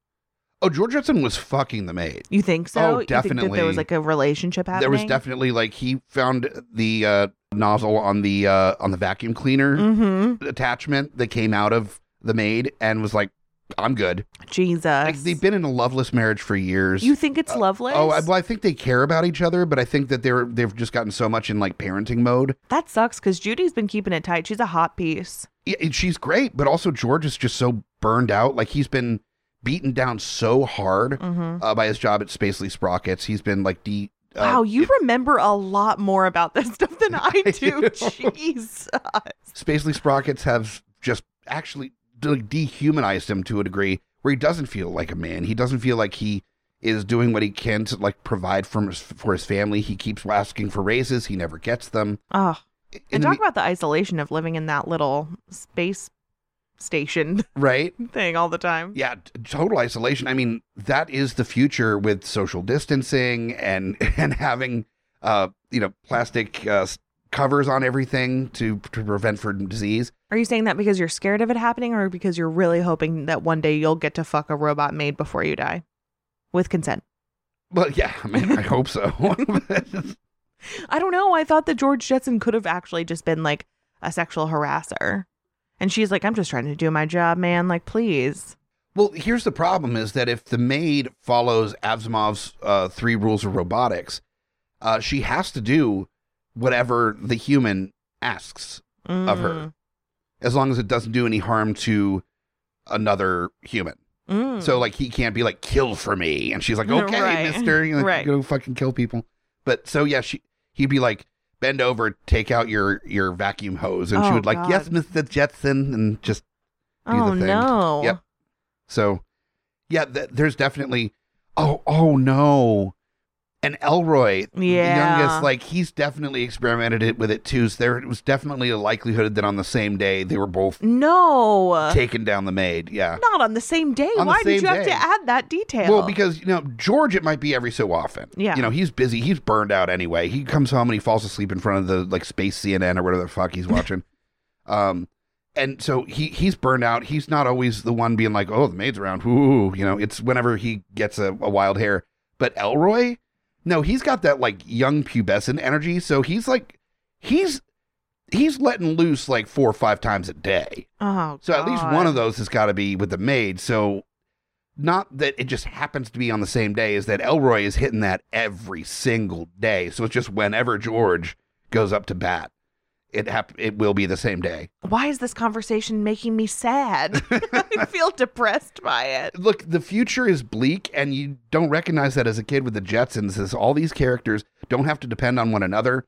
oh george jetson was fucking the maid
You think so?
Oh,
You think that there
definitely.
was like a relationship happening?
there was definitely like he found the uh, nozzle on the uh, on the vacuum cleaner
Mm-hmm.
attachment that came out of the maid and was like i'm good
Jesus.
Like they've been in a loveless marriage for years.
you think it's
Uh,
lovely?
oh, I, well, I think they care about each other, but I think that they're they've just gotten so much in like parenting mode.
that sucks because Judy's been keeping it tight. She's a hot piece.
Yeah, and she's great, but also George is just so burned out. Like he's been beaten down so hard
Mm-hmm.
uh, by his job at Spacely Sprockets. He's been like de. Uh,
wow, you remember a lot more about this stuff than I
I
do.
do.
Jesus.
Spacely Sprockets have just actually like dehumanized him to a degree where he doesn't feel like a man. He doesn't feel like he is doing what he can to like provide for his, for his family. He keeps asking for raises. He never gets them.
Oh,
In
And
the
talk about the isolation of living in that little space station
right?
thing all the time.
Yeah, t- total isolation. I mean, that is the future with social distancing and and having uh, you know, plastic uh, s- covers on everything to to prevent for disease.
Are you saying that because you're scared of it happening or because you're really hoping that one day you'll get to fuck a robot made before you die? With consent.
Well, yeah, I mean, I hope so.
I don't know. I thought that George Jetson could have actually just been like a sexual harasser. And she's like, I'm just trying to do my job, man. Like, please.
well, here's the problem: is that if the maid follows Asimov's uh, three rules of robotics, uh, she has to do whatever the human asks, Of her. as long as it doesn't do any harm to another human.
Mm.
So like he can't be like kill for me, and she's like okay,
Right.
Mister, you know,
Right.
go fucking kill people. But so yeah, she he'd be like bend over, take out your your vacuum hose, and she
Oh,
would like
God.
yes, Mister Jetson, and just do the
oh,
thing.
no.
Yep. so yeah, th- there's definitely oh oh no, and Elroy,
Yeah.
the youngest, like he's definitely experimented it with it too. So there was definitely a likelihood that on the same day they were both
No,
taking down the maid. Yeah.
not on the same day.
On the
Why did
same
you have
day.
to add that detail?
Well, because you know George, it might be every so often.
Yeah.
you know he's busy, he's burned out anyway. He comes home and he falls asleep in front of the like space CNN or whatever the fuck he's watching. um, and so he he's burned out. He's not always the one being like, oh, the maid's around. Ooh, you know, it's whenever he gets a, a wild hair. But Elroy, no, he's got that like young pubescent energy. So he's like, he's he's letting loose like four or five times a day.
oh,
So at least one
God.
of those has got to be with the maid. So not that it just happens to be on the same day is that Elroy is hitting that every single day. So it's just whenever George goes up to bat, it hap- it will be the same day.
Why is this conversation making me sad? I feel depressed by it.
Look, the future is bleak and you don't recognize that as a kid with the Jetsons is all these characters don't have to depend on one another.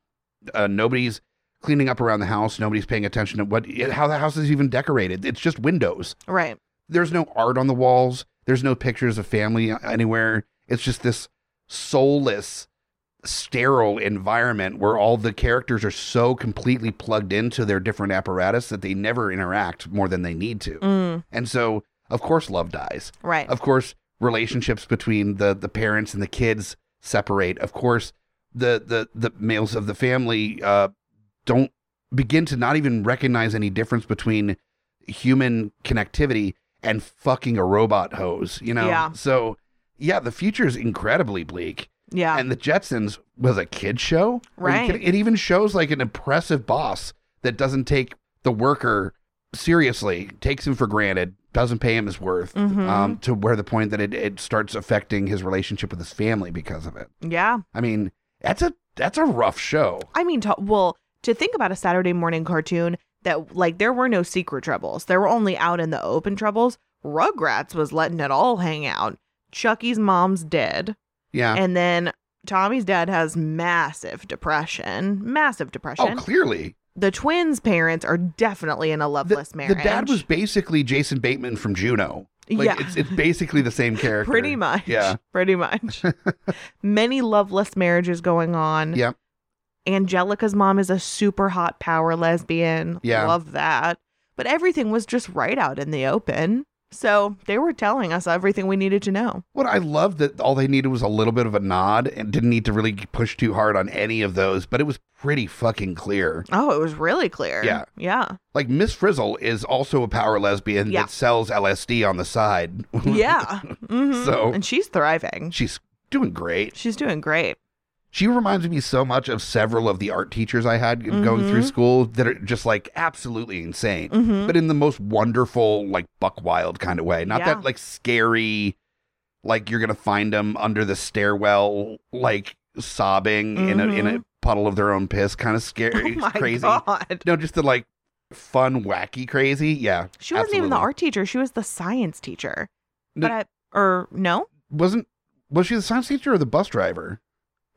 Uh, nobody's cleaning up around the house, nobody's paying attention to what how the house is even decorated. It's just windows.
Right.
there's no art on the walls. There's no pictures of family anywhere. It's just this soulless, sterile environment where all the characters are so completely plugged into their different apparatus that they never interact more than they need to.
Mm,
And so, of course, love dies.
right.
Of course, relationships between the the parents and the kids separate. Of course, the the the males of the family uh, don't begin to not even recognize any difference between human connectivity and fucking a robot hose. You know.
Yeah.
So yeah, the future is incredibly bleak.
yeah.
And the Jetsons was a kid show. Are you
Right.
kidding? It even shows like an impressive boss that doesn't take the worker seriously, takes him for granted, doesn't pay him his worth,
Mhm.
um, to where the point that it, it starts affecting his relationship with his family because of it.
yeah.
I mean, that's a that's a rough show.
I mean, to, well, to think about a Saturday morning cartoon that like there were no secret troubles, there were only out in the open troubles. Rugrats was letting it all hang out. Chucky's mom's dead,
Yeah.
and then Tommy's dad has massive depression, massive
oh,
depression.
clearly.
the twins' parents are definitely in a
The,
loveless
the
marriage.
dad was basically Jason Bateman from Juno. Like
yeah,
it's it's basically the same character.
pretty much.
Yeah.
pretty much. Many loveless marriages going on.
Yep.
Angelica's mom is a super hot power lesbian.
Yeah.
Love that. But everything was just right out in the open. So they were telling us everything we needed to know.
What I love that all they needed was a little bit of a nod and didn't need to really push too hard on any of those, but it was pretty fucking clear.
Oh, it was really clear.
Yeah.
Yeah.
Like Miss Frizzle is also a power lesbian
Yeah.
that sells LSD on the side.
Yeah. Mhm.
So-
and she's thriving.
She's doing great.
She's doing great.
She reminds me so much of several of the art teachers I had going through
Mhm.
school that are just like absolutely insane,
hmm
but in the most wonderful, like buck wild kind of way. Not
Yeah.
that like scary, like you're gonna find them under the stairwell, like sobbing in a in a puddle of their own piss, kind of
Mm-hmm. oh
scary,
my
crazy.
god.
No, just the like fun, wacky, crazy. Yeah,
She wasn't even the
Absolutely.
art teacher. She was the science teacher.
No-
But I, or no?
wasn't was she the science teacher or the bus driver?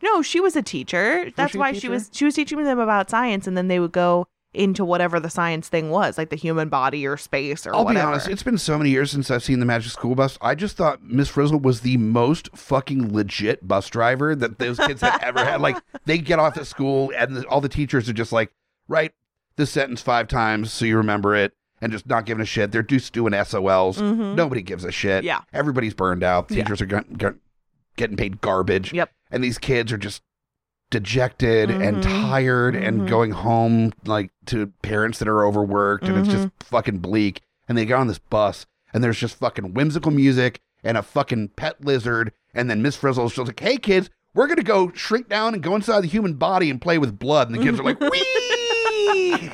No, she was a teacher. That's
she a
why she
teacher?
was she was teaching them about science, and then they would go into whatever the science thing was, like the human body or space or
I'll
whatever.
be honest, it's been so many years since I've seen the Magic School Bus. I just thought Miss Frizzle was the most fucking legit bus driver that those kids have ever had. Like they get off at school and the, all the teachers are just like, write this sentence five times so you remember it, and just not giving a shit. They're just doing SOLs.
Mhm.
Nobody gives a shit.
Yeah.
everybody's burned out.
Yeah.
Teachers are gon- gon- getting paid garbage.
Yep.
and these kids are just dejected and
Mhm.
tired
Mhm.
and going home like to parents that are overworked and it's just
Mm-hmm.
fucking bleak and they get on this bus and there's just fucking whimsical music and a fucking pet lizard and then miss frizzle's just like hey kids we're gonna go shrink down and go inside the human body and play with blood and the kids are like wee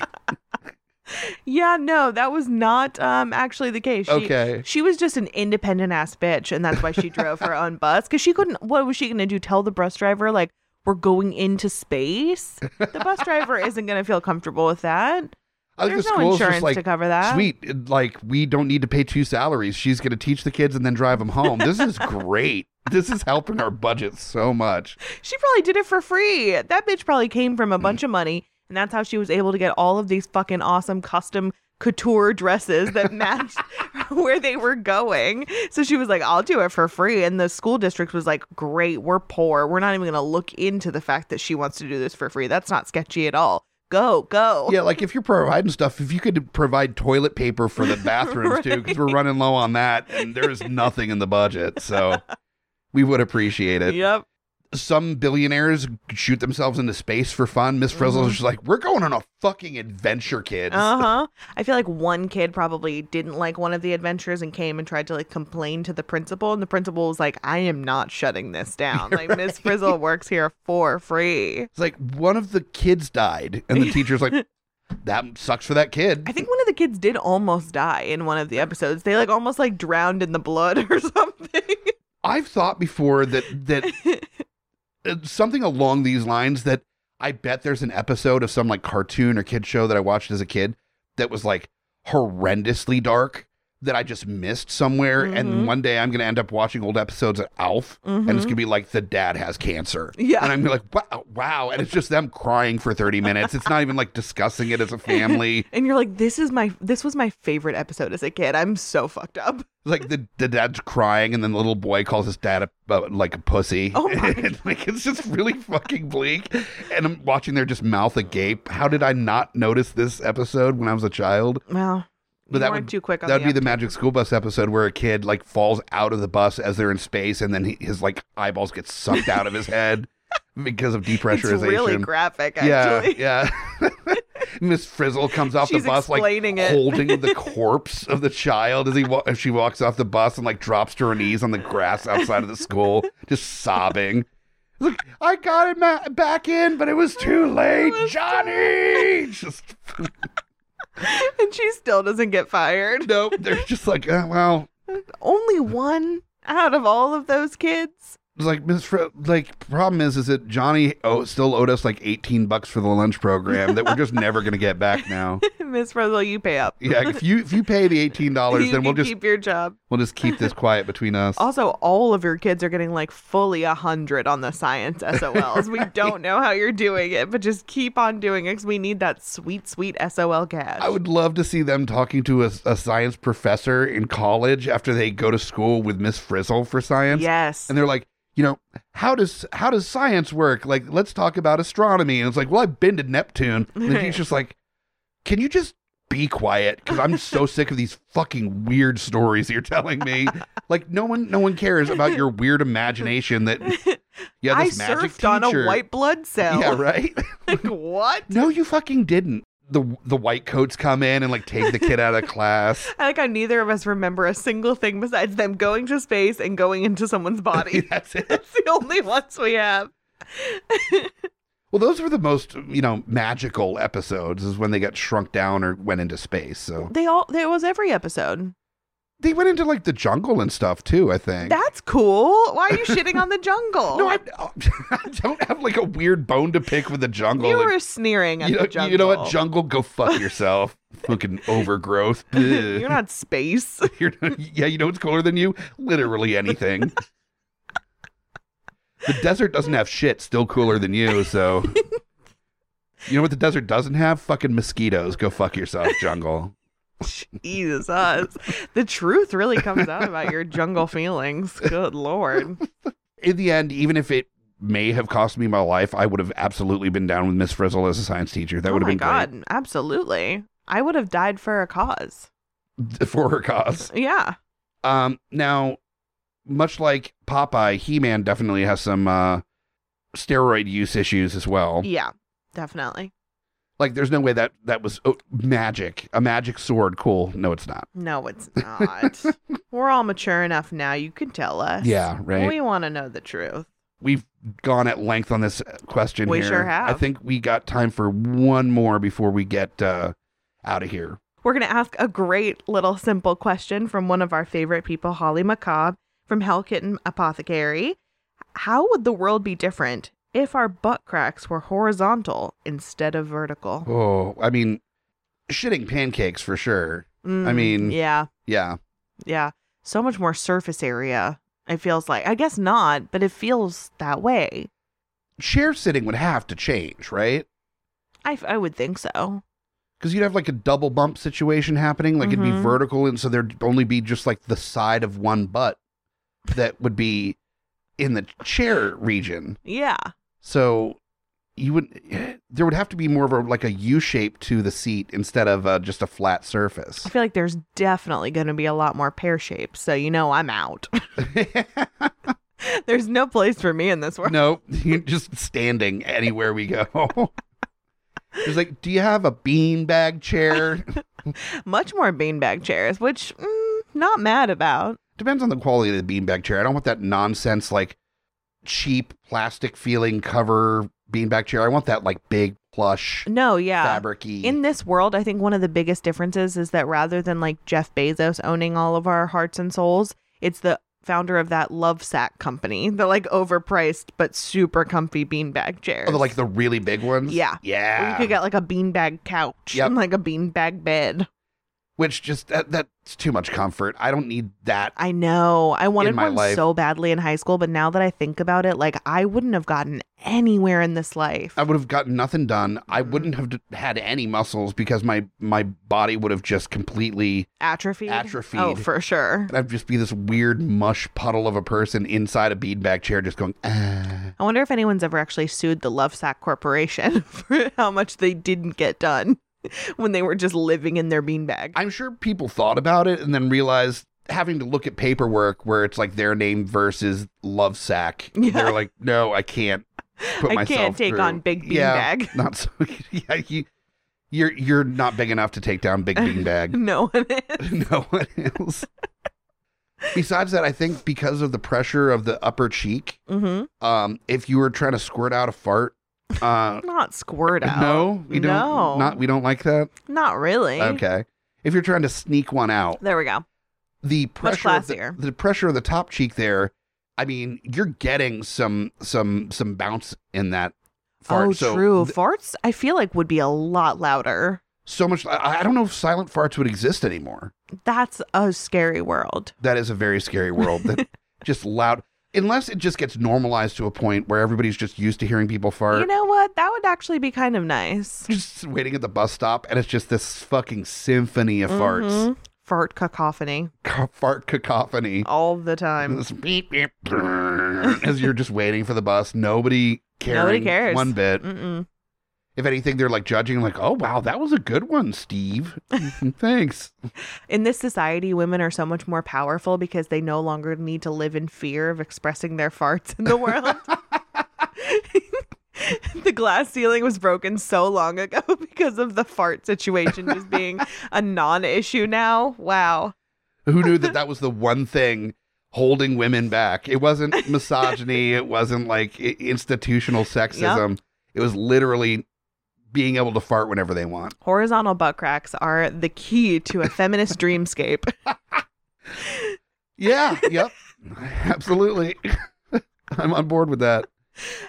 Yeah, no, that was not um actually the case. She,
okay
She was just an independent ass bitch, and that's why she drove her own bus because she couldn't. What was she going to do? Tell the bus driver like we're going into space? The bus driver isn't going to feel comfortable with that.
i think
There's
the
no
school's
insurance
just like
to cover that.
sweet like we don't need to pay two salaries she's going to teach the kids and then drive them home this is great this is helping our budget so much
She probably did it for free. That bitch probably came from a bunch of money, and that's how she was able to get all of these fucking awesome custom couture dresses that matched where they were going. So she was like, I'll do it for free. And the school district was like, Great, we're poor. We're not even going to look into the fact that she wants to do this for free. That's not sketchy at all. Go, go.
Yeah, like if you're providing stuff, if you could provide toilet paper for the bathrooms too, because we're running low on that, and there is nothing in the budget, so we would appreciate it.
Yep.
Some billionaires shoot themselves into space for fun. Miss Frizzle's
Mhm.
just like, "We're going on a fucking adventure, kids."
Uh huh. I feel like one kid probably didn't like one of the adventures and came and tried to like complain to the principal, and the principal was like, "I am not shutting this down. Like Miss Frizzle works here for free."
It's like one of the kids died, and the teacher's like, "That sucks for that kid."
I think one of the kids did almost die in one of the episodes. They like almost like drowned in the blood or something.
I've thought before that that uh, something along these lines that I bet there's an episode of some like cartoon or kid show that I watched as a kid that was like horrendously dark that I just missed somewhere.
Mhm.
And one day I'm going to end up watching old episodes of Alf and it's
Mhm.
going to be like the dad has cancer.
yeah.
And I'm gonna be like, wow, wow. And it's just them crying for 30 minutes. It's not even like discussing it as a family.
and you're like, this is my this was my favorite episode as a kid. I'm so fucked up.
Like the, the dad's crying, and then the little boy calls his dad a, uh, like a pussy.
Oh my
And, like it's just really fucking bleak. And I'm watching their just mouth agape. How did I not notice this episode when I was a child?
Well,
But
you
that
weren't
would-
too quick on
That'd
the
be the Magic School Bus episode where a kid like falls out of the bus as they're in space, and then he, his like eyeballs get sucked out of his head because of depressurization.
It's really graphic,
yeah,
actually.
yeah. Miss Frizzle comes off
She's
the bus like
explaining it.
holding the corpse of the child as he wa- as she walks off the bus and like drops to her knees on the grass outside of the school, just sobbing. Look, I got it ma- back in, but it was too late,
was too-
Johnny. Just
and she still doesn't get fired.
nope. They're just like, uh, well,
only one out of all of those kids.
it's like Miss Fr- like problem is, is that Johnny o- still owed us like eighteen bucks for the lunch program that we're just never gonna get back now.
Miss Frizzle, you pay up.
Yeah, if you if you pay the eighteen dollars,
You
then we'll
can
just
keep your job.
We'll just keep this quiet between us.
Also, all of your kids are getting like fully a hundred on the science SOLs. We don't know how you're doing it, but just keep on doing it because we need that sweet, sweet SOL cash.
I would love to see them talking to a, a science professor in college after they go to school with Miss Frizzle for science.
yes.
And they're like, you know, how does how does science work? Like, let's talk about astronomy. And it's like, well, I've been to Neptune. And
Right.
he's just like, can you just be quiet? Because I'm so sick of these fucking weird stories you're telling me. like, no one no one cares about your weird imagination that yeah,
I
this magic
surfed on a
teacher-
white blood cell.
Yeah, right.
Like, what?
No, you fucking didn't. The the white coats come in and like take the kid out of class.
I like how neither of us remember a single thing besides them going to space and going into someone's body.
That's it.
That's the only ones we have.
Well, those were the most you know magical episodes. Is when they got shrunk down or went into space. So
They all there was every episode.
they went into like the jungle and stuff too. I think.
That's cool. Why are you shitting on the jungle?
no, I, I don't have like a weird bone to pick with the jungle.
you
Like,
were sneering at
you, know,
the jungle.
you know what, jungle? Go fuck yourself. Fucking overgrowth. Ugh.
You're not space.
You're not- yeah, you know what's cooler than you? Literally anything. the desert doesn't have shit, still cooler than you, so. You know what the desert doesn't have? Fucking mosquitoes. Go fuck yourself, jungle.
Jesus. The truth really comes out about your jungle feelings. Good lord.
In the end, even if it may have cost me my life, I would have absolutely been down with Miss Frizzle as a science teacher. That
oh
would have
my
been
god. Absolutely. I would have died for a cause.
great for her cause.
Yeah.
Um, now, much like Popeye, He Man definitely has some uh, steroid use issues as well.
Yeah. Definitely.
Like, there's no way that that was oh, magic. A magic sword. Cool. No, it's not.
No, it's not. We're all mature enough now. You can tell us.
Yeah, right.
We want to know the truth.
We, have gone at length on this uh, question
We
here.
sure have.
I think we got time for one more before we get uh, out of here.
We're going to ask a great little simple question from one of our favorite people, Holly McCobb from Hell Kitten Apothecary. How would the world be different if our butt cracks were horizontal instead of vertical?
Oh, I mean, shitting pancakes for sure.
Mm,
mean-
yeah,
Yeah.
yeah. So much more surface area. It feels like, I guess not, but it feels that way.
Chair sitting would have to change, right?
I, I would think so.
because you'd have like a double bump situation happening. Like it'd be
Mhm.
vertical, and so there'd only be just like the side of one butt that would be in the chair region.
Yeah.
So you would there would have to be more of a like a U shape to the seat instead of uh, just a flat surface.
I feel like there's definitely going to be a lot more pear shapes. So, you know, I'm out. there's no place for me in this world.
no, you're just standing anywhere we go. It's like, do you have a beanbag chair?
Much more beanbag chairs, which, mm, not mad about.
Depends on the quality of the beanbag chair. I don't want that nonsense like cheap plastic feeling cover beanbag chair. I want that like big plush
No, yeah.
fabricy.
In this world, I think one of the biggest differences is that rather than like Jeff Bezos owning all of our hearts and souls, it's the founder of that love sack company, the like overpriced but super comfy beanbag chairs.
oh, the, like the really big ones.
Yeah. Or
yeah.
you could get like a beanbag couch
Yep.
and like a beanbag bed.
Which just that, that's too much comfort. I don't need that
I know. I wanted
my
one
life.
so badly in high school, but now that I think about it, like I wouldn't have gotten anywhere in this life.
I would have gotten nothing done. I
Mhm.
wouldn't have d- had any muscles because my my body would have just completely.
Atrophied.
Atrophied.
Oh, for sure.
and I'd just be this weird mush puddle of a person inside a beanbag chair, just going. Ah.
I wonder if anyone's ever actually sued the Lovesack Corporation for how much they didn't get done when they were just living in their beanbag.
I'm sure people thought about it and then realized having to look at paperwork where it's like their name versus love sack.
Yeah.
They're like, no, I can't put
I
myself.
can't take
through."
on big
Yeah,
beanbag.
not so. yeah, you, you're you're not big enough to take down big beanbag.
No one is.
no one else. Besides that, I think because of the pressure of the upper cheek,
hmm
um, if you were trying to squirt out a fart, uh,
Not squirt out.
no, we don't.
No. Eh?
Not we don't like that.
Not really.
Okay, if you're trying to sneak one out,
There we go.
the pressure, of the,
classier.
the pressure of the top cheek there. I mean, you're getting some some some bounce in that fart.
oh,
so
true.
th-
Farts, I feel like would be a lot louder.
so much. I, I don't know if silent farts would exist anymore.
That's a scary world.
that is a very scary world that just loud unless it just gets normalized to a point where everybody's just used to hearing people fart
You know what? That would actually be kind of nice.
just waiting at the bus stop and it's just this fucking symphony of farts
Mhm. Fart cacophony
Ca- fart cacophony
all the time.
This beep, beep, brrrr, as you're just waiting for the bus nobody caring
Nobody cares. Mm.
one bit
Mm-mm.
if anything they're like judging like oh wow that was a good one steve thanks
In this society, women are so much more powerful because they no longer need to live in fear of expressing their farts in the world. the glass ceiling was broken so long ago because of the fart situation just being a non issue now. Wow.
who knew that that was the one thing holding women back it wasn't misogyny it wasn't like i- institutional sexism it was literally being able to fart whenever they want
Horizontal butt cracks are the key to a feminist dreamscape.
yeah yep absolutely i'm on board with that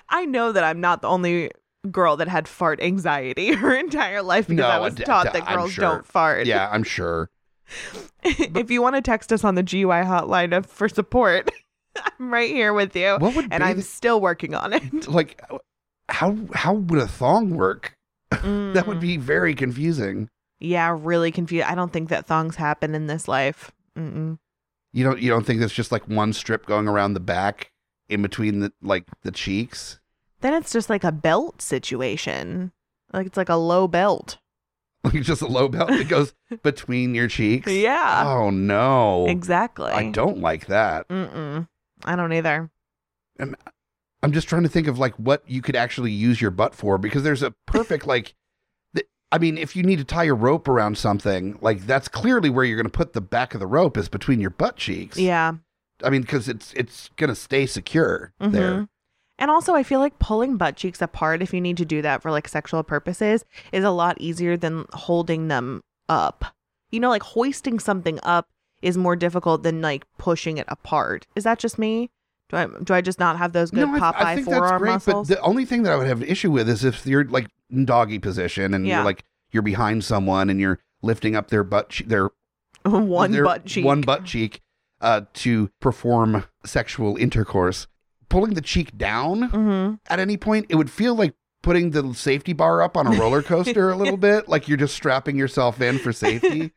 I know that I'm not the only girl that had fart anxiety her entire life because
No,
I was
d-
taught
d-
that
I'm
girls
sure.
don't fart.
yeah i'm sure
if you want to text us on the GUI hotline of- for support, I'm right here with you.
what would
and
be
I'm
the-
still working on it.
like how how would a thong work that would
Mm.
be very confusing
yeah, really confused. I don't think that thongs happen in this life. Mm-mm.
you don't you don't think there's just like one strip going around the back in between the like the cheeks
Then it's just like a belt situation. Like it's like a low belt.
like just a low belt that goes between your cheeks.
Yeah,
Oh no.
exactly.
I don't like that.
Mm-mm. I don't either.
I'm just trying to think of like what you could actually use your butt for because there's a perfect like th- I mean, if you need to tie a rope around something, like that's clearly where you're going to put the back of the rope is between your butt cheeks.
Yeah.
I mean, because it's it's going to stay secure there.
Mhm. And also, I feel like pulling butt cheeks apart, if you need to do that for like sexual purposes, is a lot easier than holding them up. You know, like hoisting something up is more difficult than like pushing it apart. Is that just me? Do I do I just not have those good
no, I, I
Popeye
think that's
forearm
great.
muscles?
But the only thing that I would have an issue with is if you're like in doggy position and
Yeah.
you're like you're behind someone and you're lifting up their butt, che- their
one
their-
butt cheek.
one butt cheek, uh, to perform sexual intercourse. Pulling the cheek down
hmm
at any point, it would feel like putting the safety bar up on a roller coaster a little bit, like you're just strapping yourself in for safety.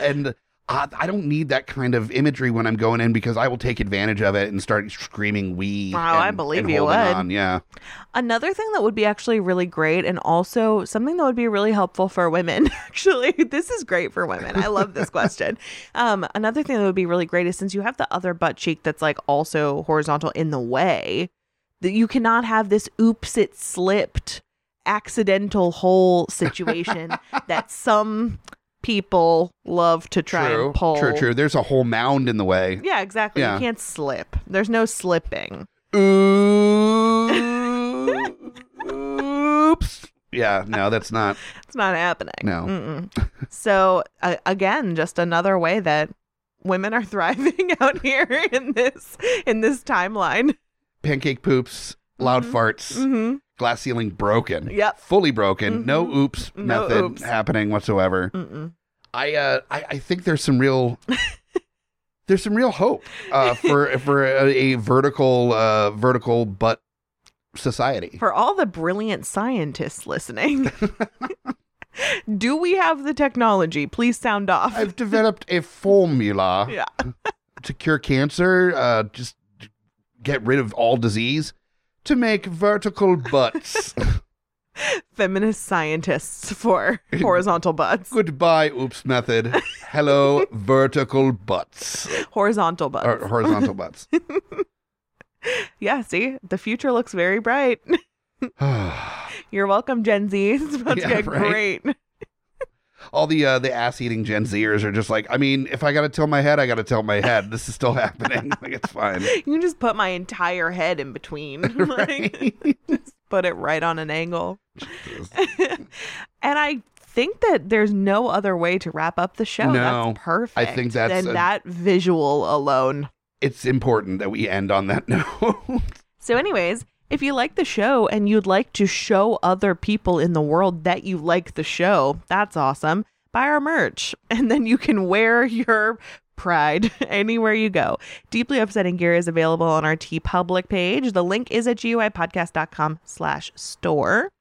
and I, I don't need that kind of imagery when I'm going in because I will take advantage of it and start screaming "we."
Wow, I
and-
believe
and
you
holding
would.
on, Yeah,
Another thing that would be actually really great, and also something that would be really helpful for women, actually, this is great for women. I love this question. Um, another thing that would be really great is since you have the other butt cheek that's like also horizontal in the way, that you cannot have this oops, it slipped accidental hole situation that some people love to try
true,
and pull.
true, true. There's a whole mound in the way.
Yeah, exactly.
Yeah.
You can't slip. There's no slipping.
Ooh, oops. Yeah, no, that's not.
It's not happening.
No.
Mm-mm. so uh, again, just another way that women are thriving out here in this in this timeline.
Pancake poops, loud
Mhm.
farts,
Mm-hmm.
glass ceiling broken.
Yep.
Fully broken. No
Mhm.
oops,
No
nothing
oops. Mm-hmm.
happening whatsoever.
Mm-mm.
I uh I, I think there's some real there's some real hope uh for for a, a vertical uh vertical butt society.
For all the brilliant scientists listening, do we have the technology? Please sound off.
I've developed a formula
Yeah.
to cure cancer, uh just get rid of all disease to make vertical butts.
Feminist scientists for horizontal butts.
Goodbye oops method. Hello vertical butts
Horizontal butts.
or horizontal butts.
Yeah, see? The future looks very bright. You're welcome, Gen Z. It's about
Yeah,
to get
right.
great.
all the uh, the ass eating Gen Zers are just like, I mean, if I gotta tell my head, I gotta tell my head. This is still happening. like it's fine.
You can just put my entire head in between. Like,
Right?
put it right on an angle. and I think that there's no other way to wrap up the show.
No,
that's perfect.
I think that's
and
a-
that visual alone.
it's important that we end on that note.
So, anyways, if you like the show and you'd like to show other people in the world that you like the show, that's awesome. Buy our merch, and then you can wear your pride anywhere you go. Deeply Upsetting Gear is available on our T Public page. The link is at guipodcast.com slash store.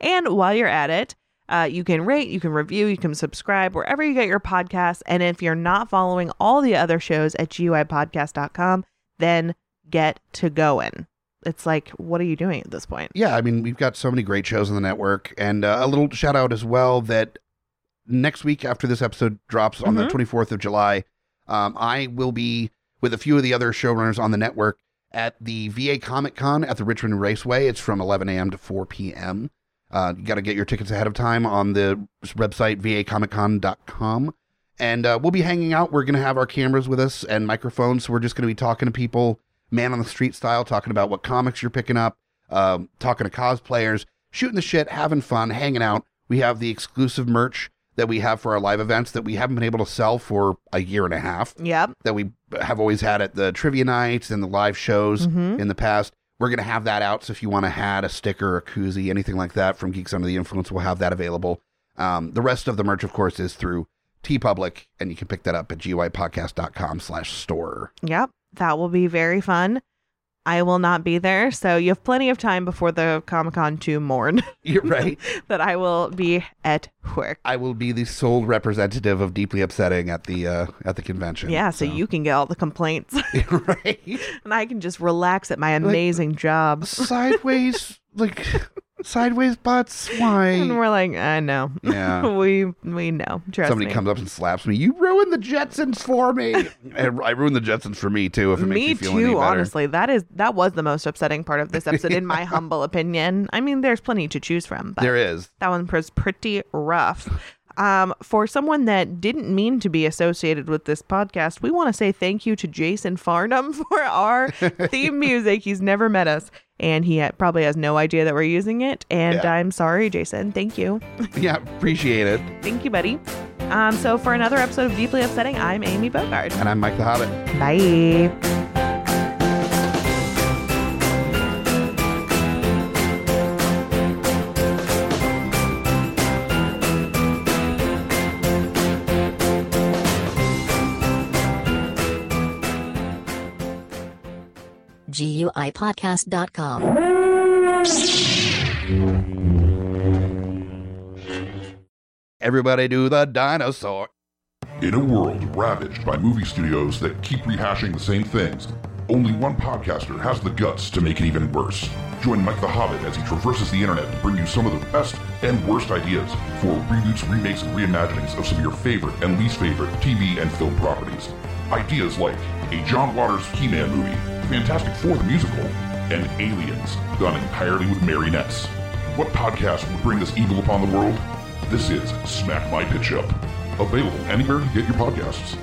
And while you're at it, uh, you can rate, you can review, you can subscribe wherever you get your podcasts. And if you're not following all the other shows at GUIPodcast.com, then get to going. It's like, what are you doing at this point?
yeah, I mean, we've got so many great shows on the network, and uh, a little shout out as well that next week after this episode drops on the
Mhm.
twenty fourth of July, um, I will be with a few of the other showrunners on the network at the VA Comic Con at the Richmond Raceway. It's from eleven a.m. to four p.m. Uh, you got to get your tickets ahead of time on the website vacomiccon.com. And uh, we'll be hanging out. We're going to have our cameras with us and microphones. So we're just going to be talking to people, man on the street style, talking about what comics you're picking up, um, talking to cosplayers, shooting the shit, having fun, hanging out. We have the exclusive merch that we have for our live events that we haven't been able to sell for a year and a half
Yep.
that we have always had at the trivia nights and the live shows
Mhm.
in the past. We're going to have that out. So if you want a hat, a sticker, a koozie, anything like that from Geeks Under the Influence, we'll have that available. Um, the rest of the merch, of course, is through T Public, and you can pick that up at gypodcast.com slash store.
Yep. That will be very fun. I will not be there. So you have plenty of time before the Comic Con to mourn
You're right.
that I will be at work.
I will be the sole representative of Deeply Upsetting at the uh, at the convention.
Yeah. So, you can get all the complaints
right.
and I can just relax at my amazing job.
Sideways, like sideways butts.
And
Why?
we're like, I know.
Yeah.
we we know. Trust
Somebody
me.
comes up and slaps me. You ruined the Jetsons for me. And I ruined the Jetsons for me too. If it makes
me
you feel any
too
better.
honestly that is that was the most upsetting part of this episode in my humble opinion i mean there's plenty to choose from but
there is.
that one was pretty rough um, for someone that didn't mean to be associated with this podcast we want to say thank you to jason farnham for our theme music he's never met us and he ha- probably has no idea that we're using it and
Yeah.
i'm sorry jason thank you
Yeah, appreciate it.
thank you buddy um, so for another episode of deeply upsetting i'm amy bogard
And I'm Mike the Hobbit.
bye
GUIPodcast.com.
Everybody do the dinosaur.
In a world ravaged by movie studios that keep rehashing the same things, only one podcaster has the guts to make it even worse. Join Mike the Hobbit as he traverses the internet to bring you some of the best and worst ideas for reboots, remakes, and reimaginings of some of your favorite and least favorite TV and film properties. Ideas like a John Waters He-Man movie, Fantastic Four the musical, and Aliens, done entirely with marionettes. What podcast would bring this evil upon the world? This is Smack My Pitch Up. Available anywhere you get your podcasts.